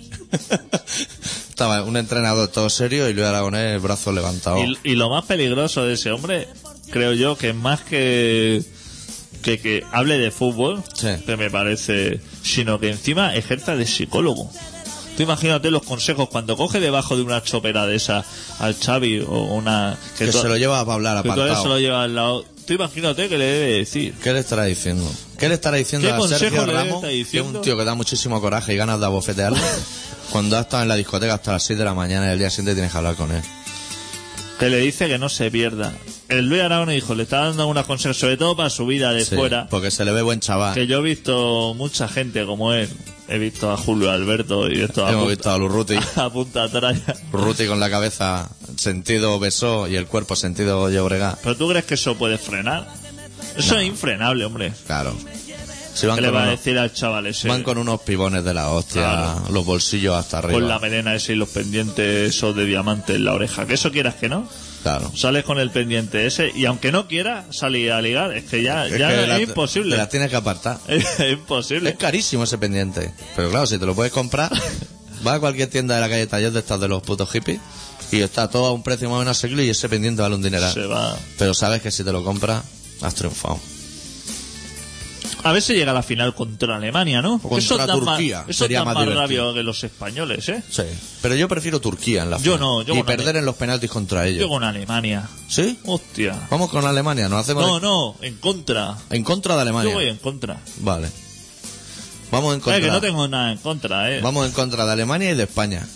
Speaker 1: Estaba un entrenador todo serio y Luis Aragonés el brazo levantado.
Speaker 2: Y, y lo más peligroso de ese hombre, creo yo, que es más que que, que hable de fútbol,
Speaker 1: Sí.
Speaker 2: que me parece, sino que encima ejerza de psicólogo. Tú imagínate los consejos cuando coge debajo de una chopera de esa al Xavi o una
Speaker 1: Que
Speaker 2: to-
Speaker 1: se lo lleva para hablar
Speaker 2: que todavía se lo
Speaker 1: apartado.
Speaker 2: lleva al lado. Tú imagínate que le debe decir.
Speaker 1: ¿Qué le estará diciendo? ¿Qué le estará diciendo
Speaker 2: ¿Qué
Speaker 1: a
Speaker 2: consejo
Speaker 1: Sergio
Speaker 2: le
Speaker 1: Ramos,
Speaker 2: está
Speaker 1: que es
Speaker 2: diciendo?
Speaker 1: un tío que da muchísimo coraje y ganas de abofetearlo, cuando ha estado en la discoteca hasta las 6 de la mañana y el día siguiente tienes que hablar con él?
Speaker 2: que le dice que no se pierda. El Luis Aragonés dijo, le está dando unos consejos, sobre todo para su vida de
Speaker 1: Sí, Pues,
Speaker 2: fuera.
Speaker 1: Porque se le ve buen chaval.
Speaker 2: Que yo he visto mucha gente como él. He visto a Julio Alberto y esto a,
Speaker 1: Hemos
Speaker 2: punta-
Speaker 1: visto a Lurruti.
Speaker 2: a punta traya.
Speaker 1: Ruti con la cabeza sentido besó y el cuerpo sentido Llobregat.
Speaker 2: Pero tú crees que eso puede frenar? Eso es infrenable, hombre.
Speaker 1: Claro. Si
Speaker 2: ¿Qué
Speaker 1: van
Speaker 2: le
Speaker 1: con,
Speaker 2: va a
Speaker 1: unos,
Speaker 2: decir al chaval ese?
Speaker 1: van con unos pibones de la hostia,
Speaker 2: Claro.
Speaker 1: los bolsillos hasta arriba.
Speaker 2: Con la melena ese y los pendientes esos de diamante en la oreja. Que eso quieras que no.
Speaker 1: Claro.
Speaker 2: Sales con el pendiente ese y aunque no quiera salir a ligar, es que ya, ya
Speaker 1: que
Speaker 2: es
Speaker 1: la-
Speaker 2: imposible.
Speaker 1: Te las tienes que apartar.
Speaker 2: Es imposible.
Speaker 1: Es carísimo ese pendiente. Pero claro, si te lo puedes comprar, vas a cualquier tienda de la calle Taller de estas de los putos hippies y está todo a un precio más o menos asequible y ese pendiente vale un dineral.
Speaker 2: Se va.
Speaker 1: Pero sabes que si te lo compras, has triunfado.
Speaker 2: A ver si llega a la final contra Alemania, ¿no?
Speaker 1: contra
Speaker 2: eso da
Speaker 1: Turquía,
Speaker 2: Más, eso
Speaker 1: sería
Speaker 2: da
Speaker 1: más
Speaker 2: más,
Speaker 1: divertido.
Speaker 2: rabia que los españoles, ¿eh?
Speaker 1: Sí. Pero yo prefiero Turquía en la
Speaker 2: Yo
Speaker 1: final.
Speaker 2: no, yo
Speaker 1: Y
Speaker 2: con Ale-
Speaker 1: perder en los penaltis contra ellos.
Speaker 2: Yo con Alemania.
Speaker 1: ¿Sí?
Speaker 2: Hostia.
Speaker 1: Vamos con Alemania, nos hacemos
Speaker 2: No, no, en contra.
Speaker 1: en contra de
Speaker 2: Yo
Speaker 1: Alemania.
Speaker 2: voy en contra.
Speaker 1: Vale. Vamos en contra.
Speaker 2: Es Eh, que no tengo nada en contra, ¿eh?
Speaker 1: Vamos en contra de Alemania y de España.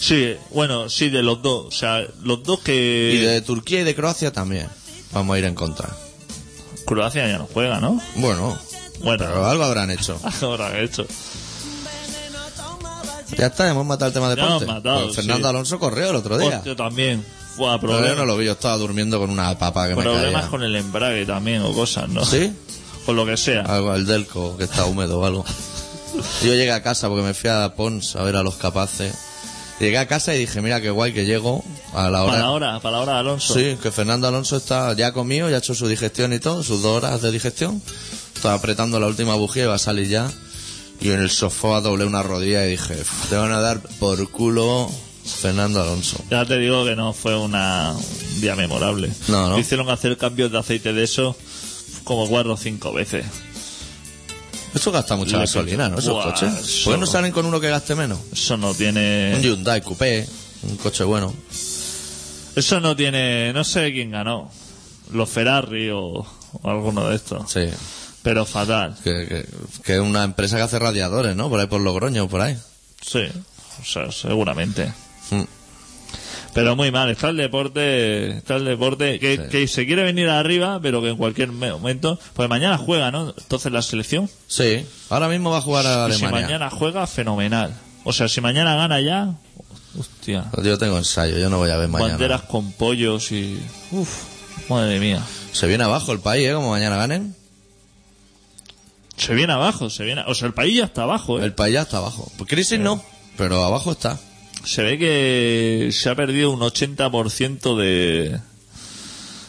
Speaker 2: Sí, bueno, sí, de los dos. O sea, los dos que...
Speaker 1: Y de Turquía y de Croacia también. Vamos a ir en contra.
Speaker 2: Croacia ya no juega, ¿no?
Speaker 1: Bueno,
Speaker 2: Bueno,
Speaker 1: pero algo habrán hecho.
Speaker 2: ahora que esto.
Speaker 1: Ya está, hemos matado el tema de
Speaker 2: Ya hemos
Speaker 1: deporte.
Speaker 2: matado,
Speaker 1: Pues Fernando
Speaker 2: sí.
Speaker 1: Alonso corrió el otro día.
Speaker 2: Hostia, también. Fue a
Speaker 1: Pero yo no
Speaker 2: problemas,
Speaker 1: lo vi, yo estaba durmiendo con una papa que me
Speaker 2: problemas
Speaker 1: caía.
Speaker 2: con el embrague también o cosas, ¿no?
Speaker 1: ¿Sí?
Speaker 2: Con lo que sea.
Speaker 1: Algo, el delco, que está húmedo o algo. Yo llegué a casa porque me fui a Pons a ver a los capaces. Llegué a casa y dije, mira qué guay que llego a la hora.
Speaker 2: Para la hora, para la hora de Alonso.
Speaker 1: Sí, que Fernando Alonso está ya comido, ya ha hecho su digestión y todo, sus dos horas de digestión. Estaba apretando la última bujía y va a salir ya. Y en el sofá doblé una rodilla y dije, "Uf, te van a dar por culo Fernando Alonso.
Speaker 2: Ya te digo que no fue una, un día memorable.
Speaker 1: No, no.
Speaker 2: Hicieron hacer cambios de aceite de eso como cuatro o cinco veces.
Speaker 1: Eso gasta mucha
Speaker 2: Le-
Speaker 1: gasolina, ¿no? Esos
Speaker 2: Buah,
Speaker 1: coches.
Speaker 2: eso- Eh.
Speaker 1: ¿Por qué no salen con uno que gaste menos?
Speaker 2: Eso no
Speaker 1: Un
Speaker 2: tiene.
Speaker 1: Hyundai Coupé, un coche bueno.
Speaker 2: Eso no tiene. No sé quién ganó. Los Ferrari o, o alguno de estos.
Speaker 1: Sí.
Speaker 2: Pero fatal.
Speaker 1: Que, que, que es una empresa que hace radiadores, ¿no? Por ahí por Logroño, por ahí.
Speaker 2: Sí. O sea, seguramente.
Speaker 1: Mm.
Speaker 2: Pero muy mal. Está el deporte. Está el deporte que,
Speaker 1: Sí.
Speaker 2: que se quiere venir arriba, pero que en cualquier me- momento. Pues mañana juega, ¿no? Entonces la selección.
Speaker 1: Sí. Ahora mismo va a jugar a
Speaker 2: Y si
Speaker 1: Alemania.
Speaker 2: mañana juega, fenomenal. O sea, si mañana gana ya. Hostia.
Speaker 1: Yo tengo ensayo, yo no voy a ver mañana.
Speaker 2: Banderas con pollos y. Uf, madre mía.
Speaker 1: Se viene abajo el país, ¿eh? Como mañana ganen.
Speaker 2: Se viene abajo, se viene. O sea, el país ya está abajo, ¿eh?
Speaker 1: El país ya está abajo. Pues crisis no, pero abajo está.
Speaker 2: Se ve que se ha perdido un 80% de.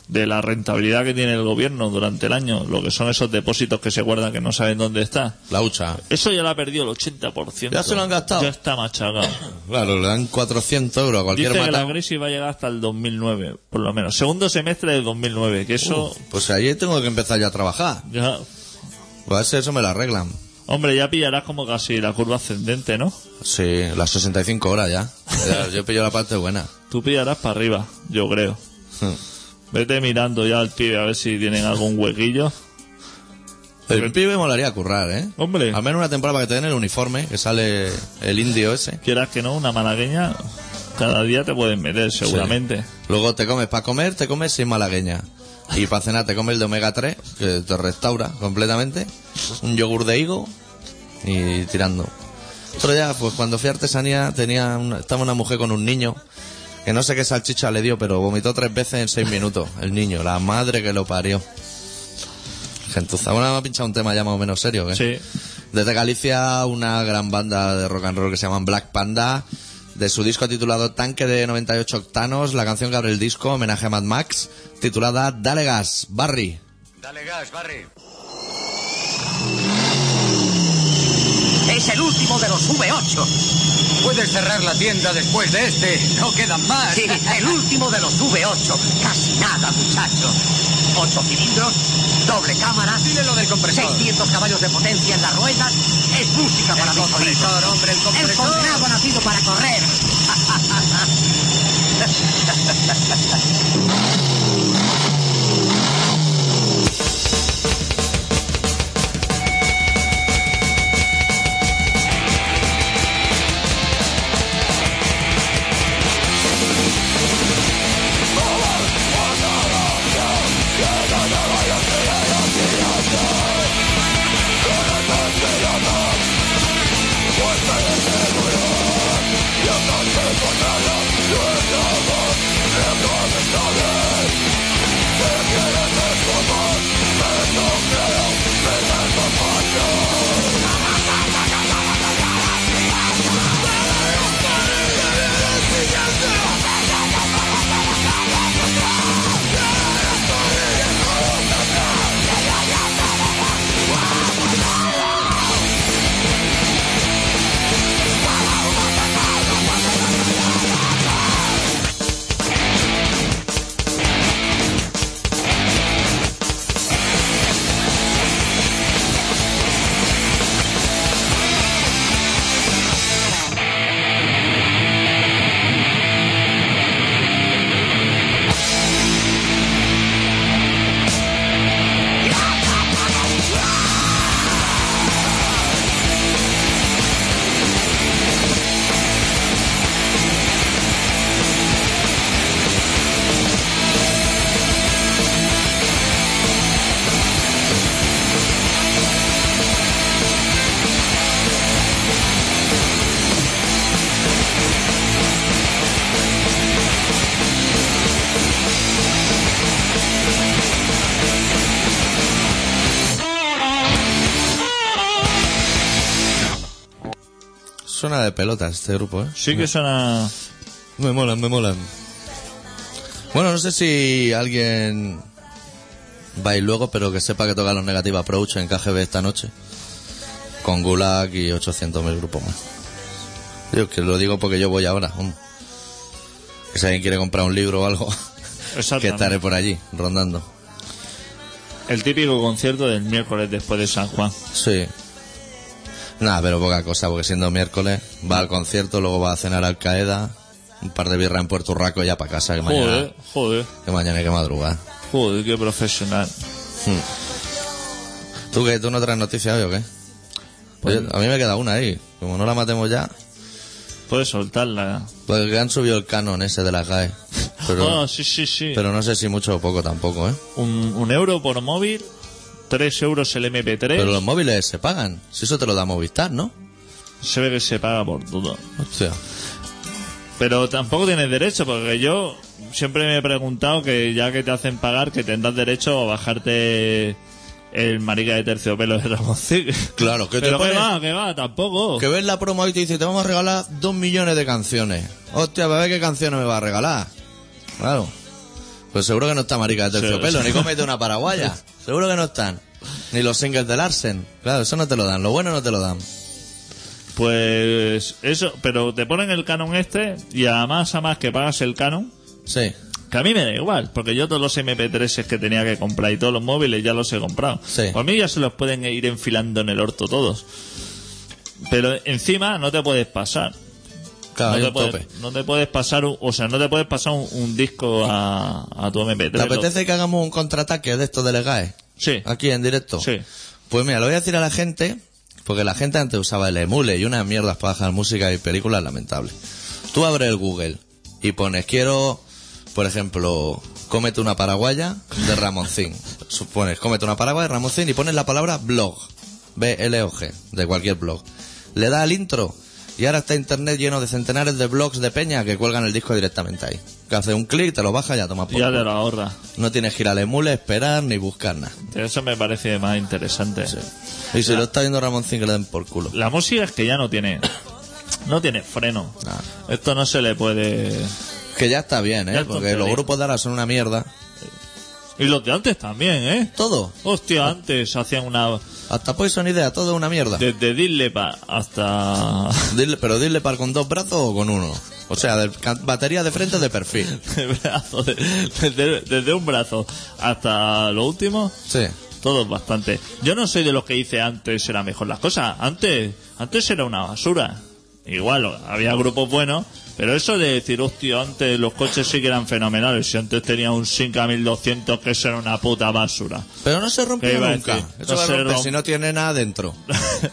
Speaker 2: de la rentabilidad que tiene el gobierno durante el año, lo que son esos depósitos que se guardan que no saben dónde está.
Speaker 1: La hucha.
Speaker 2: Eso ya lo ha perdido el 80%.
Speaker 1: Ya se lo han gastado.
Speaker 2: Ya está machacado.
Speaker 1: Claro, le dan 400 euros a cualquier
Speaker 2: Dice que la
Speaker 1: matado.
Speaker 2: crisis va a llegar hasta el 2009, por lo menos. Segundo semestre del 2009, que eso...
Speaker 1: Pues ahí tengo que empezar ya a trabajar.
Speaker 2: ya-
Speaker 1: Pues a ver si eso me lo arreglan.
Speaker 2: Hombre, ya pillarás como casi la curva ascendente, ¿no?
Speaker 1: Sí, las 65 horas ya. Ya, Yo pillo la parte buena.
Speaker 2: Tú pillarás para arriba, yo creo.
Speaker 1: Hmm.
Speaker 2: Vete mirando ya al pibe a ver si tienen algún huequillo.
Speaker 1: El pibe molaría currar, ¿eh?
Speaker 2: Hombre.
Speaker 1: Al menos una temporada para que te den el uniforme, que sale el indio ese.
Speaker 2: Quieras que no, una malagueña cada día te pueden meter, seguramente.
Speaker 1: Luego te comes para comer, te comes sin malagueña. Y para cenar te comes el de omega 3, que te restaura completamente. Un yogur de higo y tirando. Pero ya, pues cuando fui a artesanía tenía una- estaba una mujer con un niño que no sé qué salchicha le dio, pero vomitó tres veces en seis minutos el niño. La madre que lo parió. Gentuza. Bueno, me ha pinchado un tema ya más o menos serio, ¿eh?
Speaker 2: Sí.
Speaker 1: Desde Galicia, una gran banda de rock and roll que se llaman Black Panda. De su disco titulado Tanque de 98 octanos, la canción que abre el disco, homenaje a Mad Max, titulada Dale gas, Barry.
Speaker 5: Dale gas, Barry.
Speaker 6: Es el último de los V8.
Speaker 5: Puedes cerrar la tienda después de este. No quedan más.
Speaker 6: Sí, el último de los V8. Casi nada, muchacho. Ocho cilindros, doble cámara,
Speaker 5: Dile lo del compresor.
Speaker 6: 600 caballos de potencia en las ruedas. Es música para
Speaker 5: El
Speaker 6: mis oídos.
Speaker 5: compresor, hombre, el
Speaker 6: El
Speaker 5: compresor.
Speaker 6: condenado ha nacido para correr.
Speaker 1: Suena de pelota este grupo, ¿eh?
Speaker 2: Sí que suena...
Speaker 1: Me molan, me molan. Bueno, no sé si alguien va a ir luego, pero que sepa que toca los Negative Approach en KGB esta noche. Con Gulag y 800.000 grupos más. Yo que lo digo porque yo voy ahora. hombre. Que si alguien quiere comprar un libro o algo, que
Speaker 2: Exactamente.
Speaker 1: estaré por allí, rondando.
Speaker 2: El típico concierto del miércoles después de San Juan.
Speaker 1: Sí. Nada, pero poca cosa, porque siendo miércoles, va al concierto, luego va a cenar al Qaeda, un par de birra en Puerto Rico y ya para casa, que mañana,
Speaker 2: Joder, joder,
Speaker 1: que mañana hay que madrugar.
Speaker 2: joder, qué profesional.
Speaker 1: ¿Tú qué? ¿Tú no traes noticias hoy o qué? Pues yo- a mí me queda una ahí. Como no la matemos ya,
Speaker 2: Puedes soltarla.
Speaker 1: pues que han subido el canon ese de la GAE.
Speaker 2: Ah,
Speaker 1: Pero,
Speaker 2: sí, sí, sí.
Speaker 1: pero no sé si mucho o poco tampoco, ¿eh?
Speaker 2: Un, un euro por móvil, tres euros el MP3.
Speaker 1: Pero los móviles se pagan. Si eso te lo da Movistar, ¿no?
Speaker 2: Se ve que se paga por todo.
Speaker 1: Hostia.
Speaker 2: Pero tampoco tienes derecho, porque yo siempre me he preguntado que ya que te hacen pagar, que tendrás derecho a bajarte el marica de terciopelo de Ramoncín.
Speaker 1: Claro, que te
Speaker 2: Pero que
Speaker 1: pones-
Speaker 2: va, que va, tampoco.
Speaker 1: Que ves la promo y te dice, te vamos a regalar dos millones de canciones. Hostia, para ver qué canciones me va a regalar. Claro. Pues seguro que no está Marica de
Speaker 2: Sí.
Speaker 1: terciopelo, ni cómete una paraguaya. Seguro que no están. Ni los singles de Larsen. Claro, eso no te lo dan. Lo bueno no te lo dan.
Speaker 2: Pues eso, pero te ponen el canon este y además a más que pagas el canon,
Speaker 1: Sí.
Speaker 2: que a mí me da igual, porque yo todos los MP3 que tenía que comprar y todos los móviles ya los he comprado.
Speaker 1: Sí.
Speaker 2: Por mí ya se los pueden ir enfilando en el orto todos. Pero encima no te puedes pasar.
Speaker 1: Claro, hay
Speaker 2: no, te
Speaker 1: un tope.
Speaker 2: puedes, no te puedes pasar, un- o sea, no te puedes pasar un, un disco a, a tu MP3.
Speaker 1: ¿Te apetece Ah, que hagamos un contraataque de estos de Legae?
Speaker 2: Sí.
Speaker 1: Aquí en directo.
Speaker 2: Sí.
Speaker 1: Pues mira, lo voy a decir a la gente, porque la gente antes usaba el emule y unas mierdas para bajar música y películas lamentables. Tú abres el Google y pones, quiero, por ejemplo, cómete una paraguaya de Ramoncín. Supones, cómete una paraguaya de Ramoncín y pones la palabra blog, B-L-O-G, de cualquier blog. Le das al intro y ahora está internet lleno de centenares de blogs de peña que cuelgan el disco directamente ahí. Que hace un clic, te lo baja y ya tomas por
Speaker 2: Ya
Speaker 1: culo.
Speaker 2: te lo ahorras.
Speaker 1: No tienes que ir al emule, esperar ni buscar nada.
Speaker 2: Eso me parece más interesante.
Speaker 1: Y si lo está viendo Ramoncín, que le den por culo.
Speaker 2: La música es que ya no tiene no tiene freno.
Speaker 1: Nah.
Speaker 2: Esto no se le puede
Speaker 1: Que ya está bien,
Speaker 2: Ya
Speaker 1: ¿eh?
Speaker 2: es
Speaker 1: Porque
Speaker 2: tontería.
Speaker 1: los grupos de ahora son una mierda.
Speaker 2: y los de antes también, ¿eh?
Speaker 1: Todo.
Speaker 2: Hostia, antes hacían una
Speaker 1: Hasta Poison Idea, todo es una mierda.
Speaker 2: desde Dilepa hasta
Speaker 1: Dile- pero dile para con dos brazos o con uno. O sea, de ca- batería de frente o de perfil.
Speaker 2: de brazo, de- desde, desde un brazo hasta lo último,
Speaker 1: Sí.
Speaker 2: todos bastante. Yo no soy de los que hice antes era mejor las cosas. Antes antes era una basura. Igual había grupos buenos, pero eso de decir, hostia, antes los coches sí que eran fenomenales. Si antes tenía un 5200 que eso era una puta basura.
Speaker 1: Pero no se rompe
Speaker 2: ¿Qué iba a
Speaker 1: nunca.
Speaker 2: decir?
Speaker 1: Eso
Speaker 2: No
Speaker 1: se
Speaker 2: se
Speaker 1: rompe
Speaker 2: rompe.
Speaker 1: si no tiene nada dentro.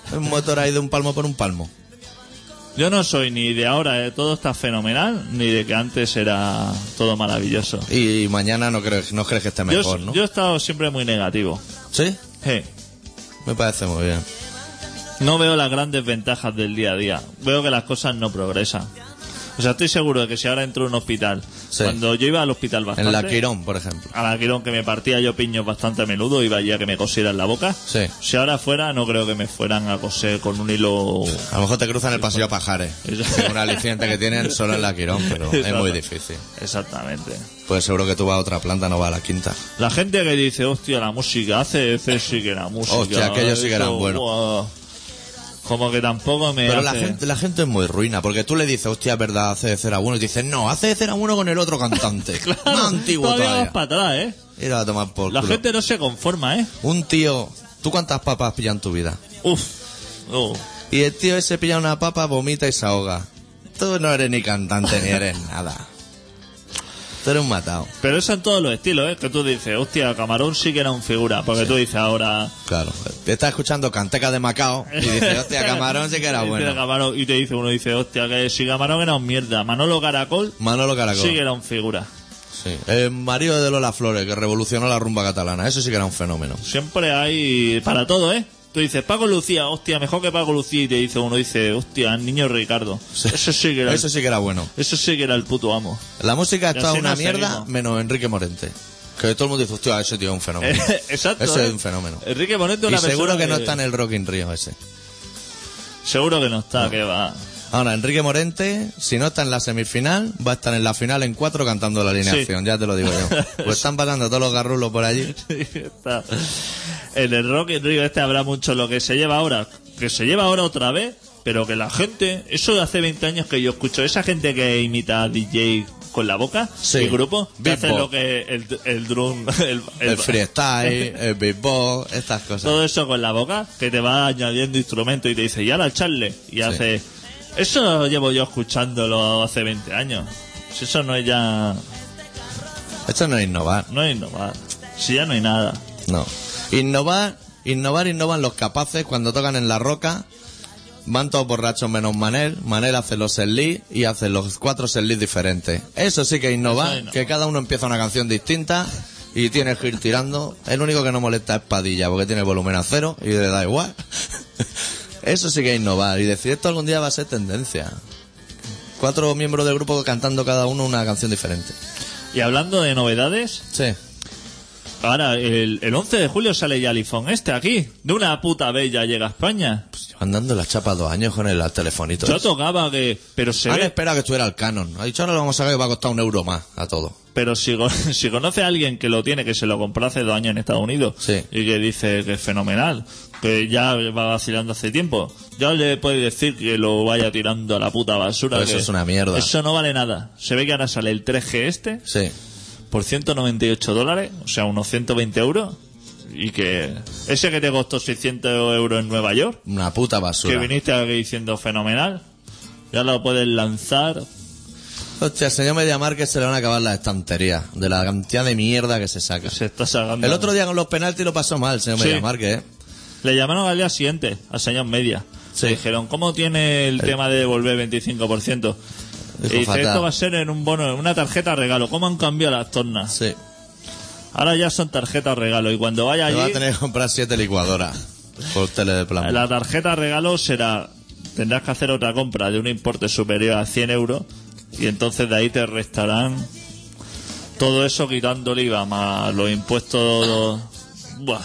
Speaker 1: Es un motor ahí de un palmo por un palmo.
Speaker 2: Yo no soy ni de ahora de todo está fenomenal, ni de que antes era todo maravilloso.
Speaker 1: Y mañana no crees, no crees que esté
Speaker 2: Yo,
Speaker 1: mejor, ¿no?
Speaker 2: yo he estado siempre muy negativo.
Speaker 1: Sí,
Speaker 2: Eh,
Speaker 1: me parece muy bien.
Speaker 2: no veo las grandes ventajas del día a día. Veo que las cosas no progresan. O sea, estoy seguro de que si ahora entro en un hospital,
Speaker 1: Sí.
Speaker 2: cuando yo iba al hospital bastante...
Speaker 1: En la Quirón, por ejemplo.
Speaker 2: A la Quirón que me partía yo piños bastante a menudo, iba allí a que me cosieran la boca.
Speaker 1: Sí.
Speaker 2: Si ahora fuera, no creo que me fueran a coser con un hilo...
Speaker 1: A lo mejor te cruzan el pasillo a pajares.
Speaker 2: Exacto.
Speaker 1: Es un aliciente que tienen solo en la Quirón, pero es muy
Speaker 2: Exacto.
Speaker 1: difícil.
Speaker 2: Exactamente.
Speaker 1: Pues seguro que tú vas a otra planta, no vas a la quinta.
Speaker 2: La gente que dice, hostia, la música hace ese sí que era música.
Speaker 1: Hostia, aquellos sí que eran
Speaker 2: eso,
Speaker 1: buenos.
Speaker 2: guau. Como que tampoco me.
Speaker 1: Pero la
Speaker 2: Eh, hace-
Speaker 1: gente, la gente es muy ruina, porque tú le dices, hostia, es verdad, hace de a uno, y te dicen, no, hace de a uno con el otro cantante.
Speaker 2: Claro,
Speaker 1: Más antiguo
Speaker 2: todavía
Speaker 1: todavía.
Speaker 2: vas para atrás, ¿eh?
Speaker 1: Ir a tomar por
Speaker 2: La
Speaker 1: culo.
Speaker 2: gente no se conforma, ¿eh?
Speaker 1: Un tío, ¿tú cuántas papas pillan en tu vida?
Speaker 2: Uf. Uh.
Speaker 1: Y el tío ese pilla una papa, vomita y se ahoga. Tú no eres ni cantante ni eres nada. Tú eres un matado.
Speaker 2: Pero eso en todos los estilos, ¿eh? Que tú dices, hostia, Camarón sí que era un figura. Porque tú dices ahora.
Speaker 1: Claro. Te estás escuchando Canteca de Macao y dices, hostia, Camarón sí que era
Speaker 2: Dice
Speaker 1: bueno.
Speaker 2: Camarón- y te dice uno, dice, hostia, que si Camarón era un mierda. Manolo Caracol
Speaker 1: Manolo Caracol.
Speaker 2: sí que era un figura.
Speaker 1: Sí. El marido de Lola Flores, que revolucionó la rumba catalana. Eso sí que era un fenómeno.
Speaker 2: Siempre hay para todo, ¿eh? Tú dices, Paco Lucía, hostia, mejor que Paco Lucía. Y te dice uno, dice, hostia, el niño Ricardo. Eso sí que era,
Speaker 1: Eso sí que era bueno.
Speaker 2: eso sí que era el puto amo.
Speaker 1: La música
Speaker 2: Y
Speaker 1: está
Speaker 2: así
Speaker 1: una
Speaker 2: nos
Speaker 1: mierda,
Speaker 2: seguimos.
Speaker 1: menos Enrique Morente. Que todo el mundo dice, hostia, ese tío es un fenómeno.
Speaker 2: Exacto.
Speaker 1: Ese
Speaker 2: ¿eh?
Speaker 1: es un fenómeno.
Speaker 2: Enrique Boneto
Speaker 1: Y
Speaker 2: una
Speaker 1: seguro
Speaker 2: persona
Speaker 1: que no está en el Rock in Rio ese.
Speaker 2: Seguro que no está, que va.
Speaker 1: Ahora, Enrique Morente, si no está en la semifinal, va a estar en la final en cuatro cantando la alineación, ya te lo digo yo. Pues están pasando todos los garrulos por allí.
Speaker 2: Está. En el Rock in Rio este habrá mucho lo que se lleva ahora, que se lleva ahora otra vez, pero que la gente, eso de hace 20 años que yo escucho, esa gente que imita a DJ con la boca,
Speaker 1: Sí.
Speaker 2: el grupo, que hace
Speaker 1: Beatbox.
Speaker 2: lo que el, el drum, el,
Speaker 1: El freestyle, el beatbox, estas cosas.
Speaker 2: todo eso con la boca, que te va añadiendo instrumentos y te dice, y ahora charle, y hace... Eso lo llevo yo escuchándolo hace 20 años. Si eso no es ya...
Speaker 1: Esto no es innovar,
Speaker 2: No es innovar. Si ya no hay nada.
Speaker 1: no. Innovar, innovar, innovan los capaces cuando tocan en la roca. Van todos borrachos menos Manel. Manel hace los setlist y hace los cuatro setlist diferentes. Eso sí que innova,
Speaker 2: Eso es innova.
Speaker 1: que cada uno empieza una canción distinta y tienes que ir tirando. El único que no molesta es Padilla porque tiene el volumen a cero y le da igual. Eso sí que es innovar y decir esto algún día va a ser tendencia. Cuatro miembros del grupo cantando cada uno una canción diferente.
Speaker 2: Y hablando de novedades,
Speaker 1: Sí.
Speaker 2: ahora el, el 11 de julio sale ya el iPhone este aquí. De una puta bella llega a España.
Speaker 1: Llevan dando la chapa dos años con el telefonito. este.
Speaker 2: Yo
Speaker 1: ese.
Speaker 2: tocaba que... Pero se
Speaker 1: Han
Speaker 2: ve...
Speaker 1: esperado que estuviera el Canon. Ha dicho ahora lo vamos a ver que va a costar un euro más a todo.
Speaker 2: Pero si, go- si conoce a alguien que lo tiene, que se lo compró hace dos años en Estados Unidos
Speaker 1: Sí.
Speaker 2: y que dice que es fenomenal, que ya va vacilando hace tiempo, ya le puede decir que lo vaya tirando a la puta basura.
Speaker 1: Pero Pues eso
Speaker 2: que
Speaker 1: es una mierda.
Speaker 2: Eso no vale nada. Se ve que ahora sale el 3G este
Speaker 1: Sí.
Speaker 2: por 198 dólares, o sea, unos 120 euros, y que ese que te costó 600 euros en Nueva York,
Speaker 1: Una puta
Speaker 2: que
Speaker 1: basura.
Speaker 2: viniste aquí diciendo fenomenal, ya lo puedes lanzar
Speaker 1: Hostia, el señor Mediamarket se le van a acabar las estanterías de la cantidad de mierda que se saca.
Speaker 2: Se está sacando.
Speaker 1: El otro día con los penaltis lo pasó mal, el señor
Speaker 2: Sí.
Speaker 1: Mediamarket, ¿eh?
Speaker 2: Le llamaron al día siguiente, al señor Media.
Speaker 1: Sí.
Speaker 2: Le dijeron, ¿cómo tiene el, tema de devolver 25%? Y
Speaker 1: Dijo,
Speaker 2: dice,
Speaker 1: "Fatal".
Speaker 2: esto va a ser en un bono, en una tarjeta regalo. ¿Cómo han cambiado las tornas?
Speaker 1: Sí.
Speaker 2: Ahora ya son tarjetas regalo. Y cuando vaya
Speaker 1: Te va a
Speaker 2: allí,
Speaker 1: tener que comprar siete licuadoras por tele de plan.
Speaker 2: la tarjeta regalo será... Tendrás que hacer otra compra de un importe superior a 100 euros. Y entonces de ahí te restarán todo eso quitando el IVA más los impuestos... Buah.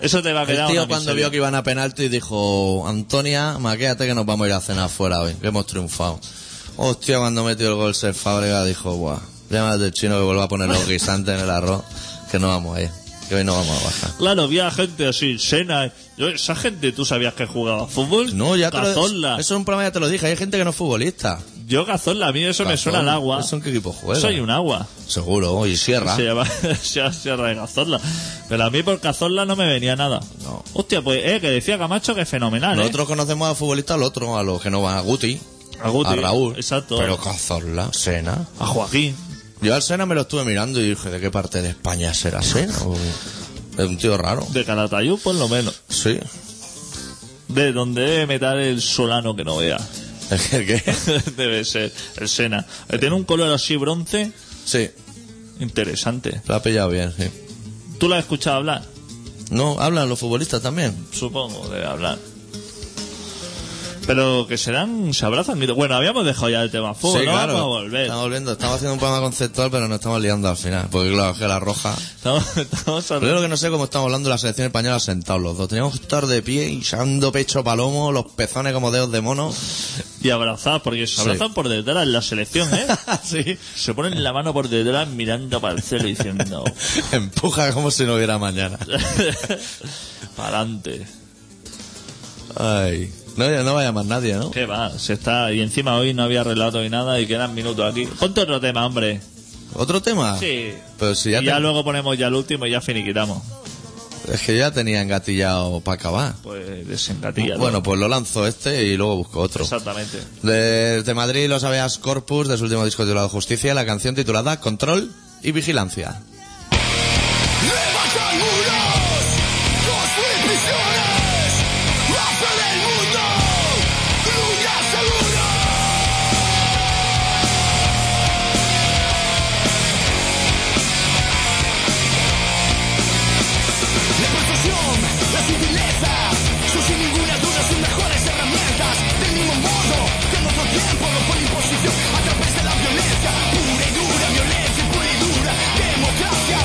Speaker 2: Eso te va a
Speaker 1: El
Speaker 2: quedar
Speaker 1: tío
Speaker 2: una
Speaker 1: cuando
Speaker 2: miseria.
Speaker 1: vio que iban a penalti dijo, Antonia, maquéate que nos vamos a ir a cenar fuera hoy, que hemos triunfado. Hostia, cuando metió el gol ser Fábrega dijo, guau, llámate del chino que vuelva a poner los guisantes en el arroz, que no vamos a ir, que hoy no vamos a bajar.
Speaker 2: Claro, había gente así, cena. Yo, esa gente, ¿tú sabías que jugaba a fútbol?
Speaker 1: No, ya te lo,
Speaker 2: Cazorla.
Speaker 1: Eso es un programa, ya te lo dije, hay gente que no es futbolista.
Speaker 2: Yo Cazorla, a mí eso me
Speaker 1: Cazorla.
Speaker 2: suena al agua.
Speaker 1: ¿Eso en qué equipo juega?
Speaker 2: Soy un agua.
Speaker 1: Seguro, y Sierra.
Speaker 2: Se llama se llama Sierra de Cazorla. Pero a mí por Cazorla no me venía nada.
Speaker 1: No.
Speaker 2: Hostia, pues, eh, que decía Camacho que es fenomenal,
Speaker 1: Nosotros conocemos a futbolistas, al otro, a los que no van, a Guti,
Speaker 2: eh. A Guti.
Speaker 1: a Raúl,
Speaker 2: Exacto.
Speaker 1: pero Cazorla, Sena.
Speaker 2: A Joaquín.
Speaker 1: Yo al Sena me lo estuve mirando y dije, ¿de qué parte de España será Sena? O- Es un tío raro.
Speaker 2: De Calatayud, por lo menos.
Speaker 1: Sí.
Speaker 2: De donde metal el solano que no vea.
Speaker 1: ¿El qué? el qué?
Speaker 2: Debe ser el Sena. Eh, Tiene un color así bronce
Speaker 1: Sí,
Speaker 2: interesante.
Speaker 1: lo ha pillado bien, sí.
Speaker 2: ¿Tú la has escuchado hablar?
Speaker 1: No, hablan los futbolistas también.
Speaker 2: supongo, de hablar. Pero que serán, se abrazan. y- Bueno, habíamos dejado ya el tema fútbol,
Speaker 1: sí,
Speaker 2: no
Speaker 1: claro.
Speaker 2: vamos a volver.
Speaker 1: Estamos volviendo, estamos haciendo un programa conceptual, pero nos estamos liando al final. Porque claro, es que la roja.
Speaker 2: Estamos, estamos a-
Speaker 1: Pero yo lo que no sé cómo estamos hablando de la selección española sentados los dos. Teníamos que estar de pie, hinchando pecho palomo, los pezones como dedos de mono.
Speaker 2: y abrazados, porque se abrazan por detrás en la selección, ¿eh?
Speaker 1: sí.
Speaker 2: Se ponen la mano por detrás mirando para el cielo diciendo,
Speaker 1: Empuja como si no hubiera mañana.
Speaker 2: para adelante.
Speaker 1: Ay. No, ya no vaya más nadie, ¿no?
Speaker 2: ¿Qué va? Se está, y encima hoy no había relato ni nada y quedan minutos aquí. Ponte otro tema, hombre.
Speaker 1: ¿Otro tema?
Speaker 2: Sí.
Speaker 1: Pero si Ah. ya,
Speaker 2: y ya
Speaker 1: ten-
Speaker 2: luego ponemos ya el último y ya finiquitamos.
Speaker 1: Es que ya tenía engatillado para acabar.
Speaker 2: Pues desengatilla.
Speaker 1: Bueno, pues lo lanzo este y luego busco otro.
Speaker 2: exactamente.
Speaker 1: De, de Madrid, los Aveas Corpus, de su último disco titulado Justicia, la canción titulada Control y Vigilancia.
Speaker 7: Levantan muros, construyen prisiones, hacen el mundo un lugar seguro. La persuasión, la sutileza, son sin ninguna duda sus mejores herramientas. Del mismo modo que en otro tiempo lo fue la imposición a través de la violencia, pura y dura, violencia pura y dura, democracia.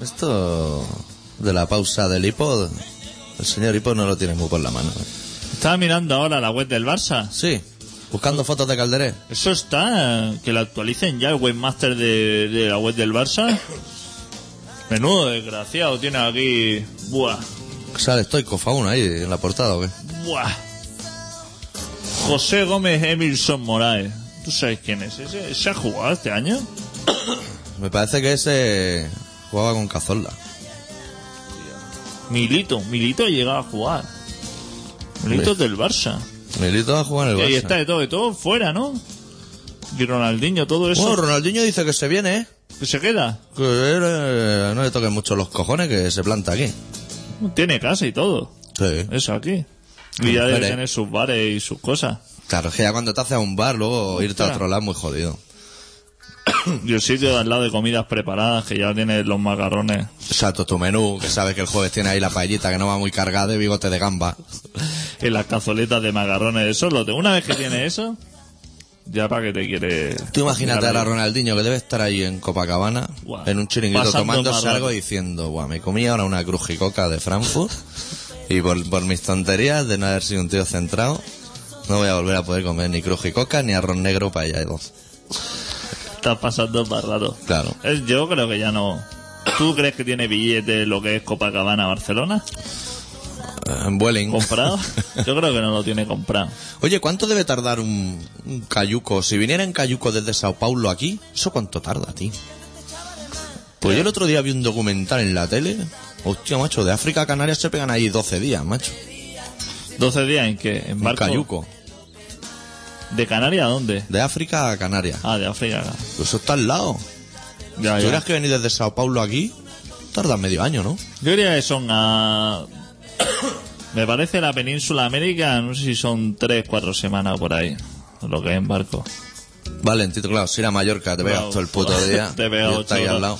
Speaker 1: Esto de la pausa del hipo, el señor hipo no lo tiene muy por la mano. ¿eh?
Speaker 2: Estaba mirando ahora la web del Barça.
Speaker 1: Sí, buscando fotos de Calderé.
Speaker 2: Eso está, que la actualicen ya el webmaster de, de la web del Barça. Menudo desgraciado tiene aquí. Buah,
Speaker 1: Sale Stoico Fauna ahí en la portada, ¿o qué?
Speaker 2: buah. José Gómez Emilson Moraes. ¿Tú sabes quién es ese? ¿Se ha jugado este año?
Speaker 1: Me parece que ese jugaba con Cazorla.
Speaker 2: Milito, Milito ha llegado a jugar. Milito es del Barça.
Speaker 1: Milito va a jugar en
Speaker 2: Y
Speaker 1: el
Speaker 2: ahí
Speaker 1: Barça.
Speaker 2: está de todo, de todo fuera, ¿no? Y Ronaldinho, todo eso.
Speaker 1: Bueno, Ronaldinho dice que se viene, ¿eh?
Speaker 2: que se queda.
Speaker 1: Que eh, no le toquen mucho los cojones que se planta aquí.
Speaker 2: Tiene casa y todo.
Speaker 1: Sí.
Speaker 2: Eso aquí.
Speaker 1: Con
Speaker 2: Y ya debe
Speaker 1: mujeres.
Speaker 2: tener sus bares y sus cosas.
Speaker 1: Claro, es que ya cuando te haces a un bar, luego irte a
Speaker 2: Ostras.
Speaker 1: otro lado es muy jodido.
Speaker 2: Y el sitio de al lado de comidas preparadas que ya tiene los macarrones.
Speaker 1: Exacto, tu menú, que sabes que el jueves tiene ahí la paellita que no va muy cargada de bigote de gamba.
Speaker 2: Y las cazoletas de macarrones. Eso lo tengo. Una vez que tiene eso, ya para que te quiere.
Speaker 1: Tú imagínate ahora a Ronaldinho que debe estar ahí en Copacabana,
Speaker 2: Guau.
Speaker 1: en un chiringuito
Speaker 2: Pasando
Speaker 1: tomándose
Speaker 2: marrón.
Speaker 1: algo y diciendo, guau, me comí ahora una crujicoca de Frankfurt y por, por mis tonterías de no haber sido un tío centrado, no voy a volver a poder comer ni crujicoca ni arroz negro para allá dos.
Speaker 2: Estás pasando más rato.
Speaker 1: Claro.
Speaker 2: Es- Yo creo que ya no. ¿Tú crees que tiene billete lo que es Copacabana Barcelona?
Speaker 1: Eh, En Vueling.
Speaker 2: ¿Comprado? Yo creo que no lo tiene comprado.
Speaker 1: Oye, ¿cuánto debe tardar un, un cayuco? Si viniera en cayuco desde Sao Paulo aquí, ¿eso cuánto tarda, tío? Pues yo el otro día vi un documental en la tele. Hostia, macho, de África a Canarias se pegan ahí 12 días, macho.
Speaker 2: 12 días en que en
Speaker 1: Un
Speaker 2: barco.
Speaker 1: cayuco.
Speaker 2: ¿De Canarias a dónde?
Speaker 1: De África a Canarias.
Speaker 2: Ah, de África.
Speaker 1: Pues eso está al lado.
Speaker 2: Ya, ya.
Speaker 1: Tuvieras que venir desde Sao Paulo aquí, tarda medio año, ¿no?
Speaker 2: Yo diría que son a... Me parece la península América, no sé si son tres, cuatro semanas por ahí, lo que es en barco.
Speaker 1: Valentito, claro, si ir a Mallorca te pegas
Speaker 2: Claro,
Speaker 1: todo el puto día.
Speaker 2: te pegas
Speaker 1: y
Speaker 2: ocho
Speaker 1: está ahí al
Speaker 2: horas.
Speaker 1: lado.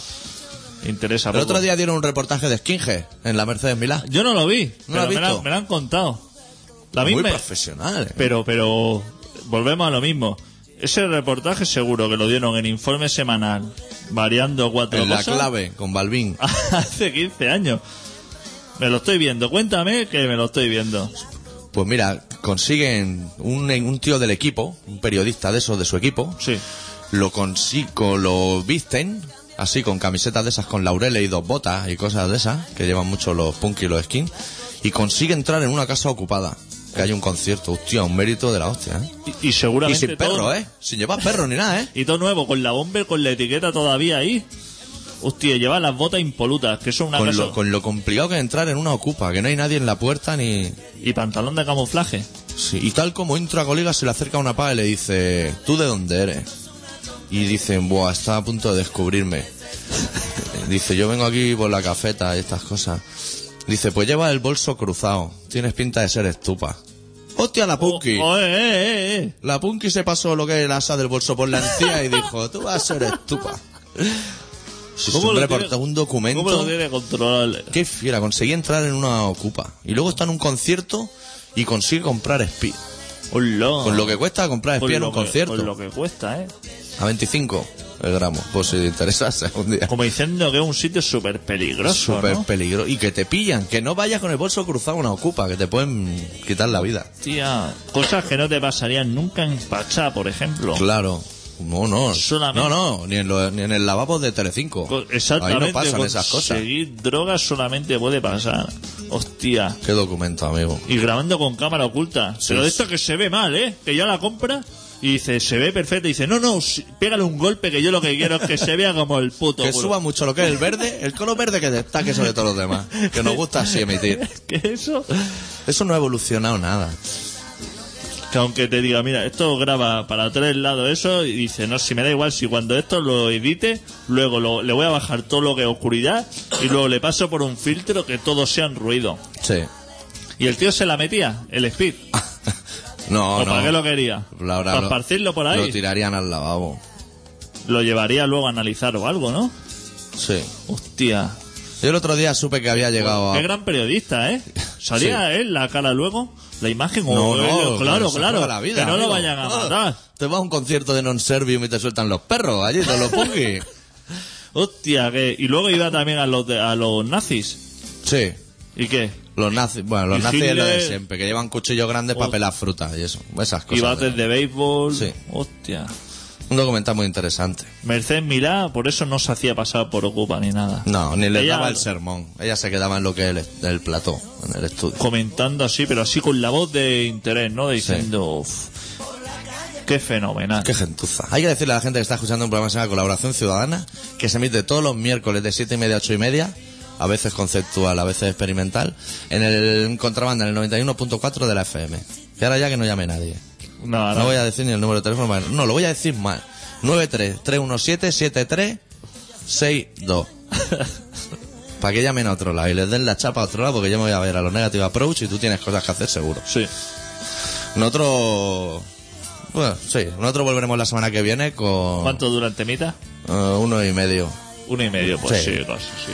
Speaker 2: Interesa
Speaker 1: El otro
Speaker 2: poco.
Speaker 1: día dieron un reportaje de Skinge en la Mercedes Milá.
Speaker 2: Yo no lo vi,
Speaker 1: ¿No
Speaker 2: pero
Speaker 1: lo has
Speaker 2: me, la-
Speaker 1: visto?
Speaker 2: me lo han contado. La
Speaker 1: Muy
Speaker 2: misma...
Speaker 1: profesional. eh.
Speaker 2: Pero, pero, volvemos a lo mismo. Ese reportaje seguro que lo dieron en informe semanal, variando cuatro
Speaker 1: En la
Speaker 2: cosas,
Speaker 1: clave, con Balvin.
Speaker 2: hace 15 años. Me lo estoy viendo, cuéntame que me lo estoy viendo.
Speaker 1: Pues mira, consiguen un, un tío del equipo, un periodista de esos de su equipo,
Speaker 2: Sí.
Speaker 1: lo consigo, lo visten, así con camisetas de esas con laureles y dos botas y cosas de esas, que llevan mucho los punk y los skin, y consigue entrar en una casa ocupada, que hay un concierto, hostia, un mérito de la hostia, ¿eh?
Speaker 2: Y, y
Speaker 1: Y
Speaker 2: seguramente
Speaker 1: sin
Speaker 2: todo-
Speaker 1: perro, ¿eh? Sin llevar perro ni nada, ¿eh?
Speaker 2: Y todo nuevo, con la bomber, con la etiqueta todavía ahí. Hostia, lleva las botas impolutas, que son una
Speaker 1: Con
Speaker 2: cosa-
Speaker 1: lo, con lo complicado que es entrar en una ocupa, que no hay nadie en la puerta ni...
Speaker 2: Y pantalón de camuflaje.
Speaker 1: Sí, y tal como entra colega, se le acerca una pava y le dice, ¿tú de dónde eres? Y dicen, buah, está a punto de descubrirme. Dice, yo vengo aquí por la cafeta y estas cosas. Dice, pues lleva el bolso cruzado, tienes pinta de ser estupa. ¡Hostia, la Punky!
Speaker 2: Oh, eh, eh, eh, eh.
Speaker 1: La Punky se pasó lo que es el asa del bolso por la encía y dijo, tú vas a ser estupa. Si es
Speaker 2: ¿Cómo
Speaker 1: un
Speaker 2: lo
Speaker 1: reporta-
Speaker 2: tiene-
Speaker 1: Pues un documento...
Speaker 2: ¿Cómo lo tiene controlado?
Speaker 1: Qué fiera, conseguí entrar en una ocupa. Y luego está en un concierto y consigue comprar speed.
Speaker 2: Hola.
Speaker 1: Con lo que cuesta comprar
Speaker 2: Con
Speaker 1: espía en
Speaker 2: lo
Speaker 1: un
Speaker 2: que-
Speaker 1: concierto.
Speaker 2: Con lo que cuesta, eh.
Speaker 1: A 25 el gramo, por si te interesase un día.
Speaker 2: Como diciendo que es un sitio súper peligroso,
Speaker 1: Súper
Speaker 2: ¿no?
Speaker 1: peligro. Y que te pillan, que no vayas con el bolso cruzado a una ocupa, que te pueden quitar la vida.
Speaker 2: Hostia, cosas que no te pasarían nunca en Pachá, por ejemplo.
Speaker 1: Claro. No, no. No,
Speaker 2: Solamente-
Speaker 1: no, ni en, lo- ni en el lavabo de Telecinco.
Speaker 2: Co- Exactamente.
Speaker 1: Ahí no pasan esas cosas.
Speaker 2: Conseguir drogas solamente puede pasar. Hostia.
Speaker 1: Qué documento, amigo.
Speaker 2: Y grabando con cámara oculta. Pero de esto que se ve mal, ¿eh? Que ya la compra y dice, se ve perfecta. Y dice, no, no, sí, pégale un golpe que yo lo que quiero es que se vea como el puto.
Speaker 1: Que
Speaker 2: culo.
Speaker 1: suba mucho lo que es el verde, el color verde que destaque sobre todos los demás. Que nos gusta así emitir.
Speaker 2: Que eso.
Speaker 1: Eso no ha evolucionado nada.
Speaker 2: Que aunque te diga, mira, esto graba para tres lados eso. Y dice, no, si me da igual, si cuando esto lo edite, luego lo- le voy a bajar todo lo que es oscuridad y luego le paso por un filtro que todos sean ruido.
Speaker 1: Sí.
Speaker 2: Y el tío se la metía, el speed.
Speaker 1: No, no.
Speaker 2: ¿O Pues, para qué lo quería?
Speaker 1: La verdad,
Speaker 2: para
Speaker 1: lo-
Speaker 2: esparcirlo por ahí.
Speaker 1: Lo tirarían al lavabo.
Speaker 2: lo llevaría luego a analizar o algo, ¿no?
Speaker 1: Sí.
Speaker 2: Hostia.
Speaker 1: Yo el otro día supe que había llegado a...
Speaker 2: Qué gran periodista, ¿eh? Salía él la cara luego, la imagen, oh, eh, claro,
Speaker 1: se
Speaker 2: claro,
Speaker 1: acaba la vida,
Speaker 2: que no lo
Speaker 1: amigo.
Speaker 2: vayan a
Speaker 1: Ah,
Speaker 2: matar.
Speaker 1: Te vas a un concierto de non-servium y te sueltan los perros allí, te los punky.
Speaker 2: Hostia, que. Y luego iba también a los, de- a los nazis.
Speaker 1: Sí.
Speaker 2: ¿Y qué?
Speaker 1: Los nazis, bueno, los
Speaker 2: Y
Speaker 1: nazis es lo de
Speaker 2: Hitler-
Speaker 1: siempre, que llevan cuchillos grandes para
Speaker 2: Oh.
Speaker 1: pelar frutas y eso, esas
Speaker 2: y
Speaker 1: cosas.
Speaker 2: bates de béisbol.
Speaker 1: Sí.
Speaker 2: Hostia.
Speaker 1: Un documental muy interesante.
Speaker 2: Mercedes Milá, por eso no se hacía pasar por Ocupa ni nada.
Speaker 1: No, ni le
Speaker 2: Ella-
Speaker 1: daba el sermón. Ella se quedaba en lo que es el, el plató, en el estudio.
Speaker 2: Comentando así, pero así con la voz de interés, ¿no? Diciendo. "Uf, qué fenomenal.
Speaker 1: Qué gentuza. Hay que decirle a la gente que está escuchando un programa que se llama Colaboración Ciudadana, que se emite todos los miércoles de 7 y media a 8 y media, a veces conceptual, a veces experimental, en el en contrabanda, en el 91.4 de la FM. Y ahora ya que no llame nadie.
Speaker 2: No, ahora-
Speaker 1: No voy a decir ni el número de teléfono, para- no, lo voy a decir mal. 933177362. Para que llamen a otro lado y les den la chapa a otro lado, porque yo me voy a ver a los Negative Approach y tú tienes cosas que hacer seguro.
Speaker 2: Sí.
Speaker 1: Nosotros. Bueno, sí, nosotros volveremos la semana que viene con.
Speaker 2: ¿Cuánto dura el temita?
Speaker 1: Eh, uno y medio.
Speaker 2: Uno y medio, pues
Speaker 1: Sí.
Speaker 2: sí, casi, sí.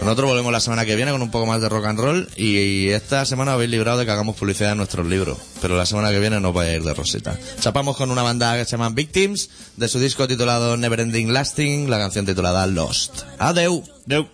Speaker 1: Nosotros volvemos la semana que viene con un poco más de rock and roll y esta semana habéis librado de que hagamos publicidad en nuestros libros, pero la semana que viene no vais a ir de rosita. Chapamos con una banda que se llama Victims, de su disco titulado Neverending Lasting, la canción titulada Lost. Adeu.
Speaker 2: Deu.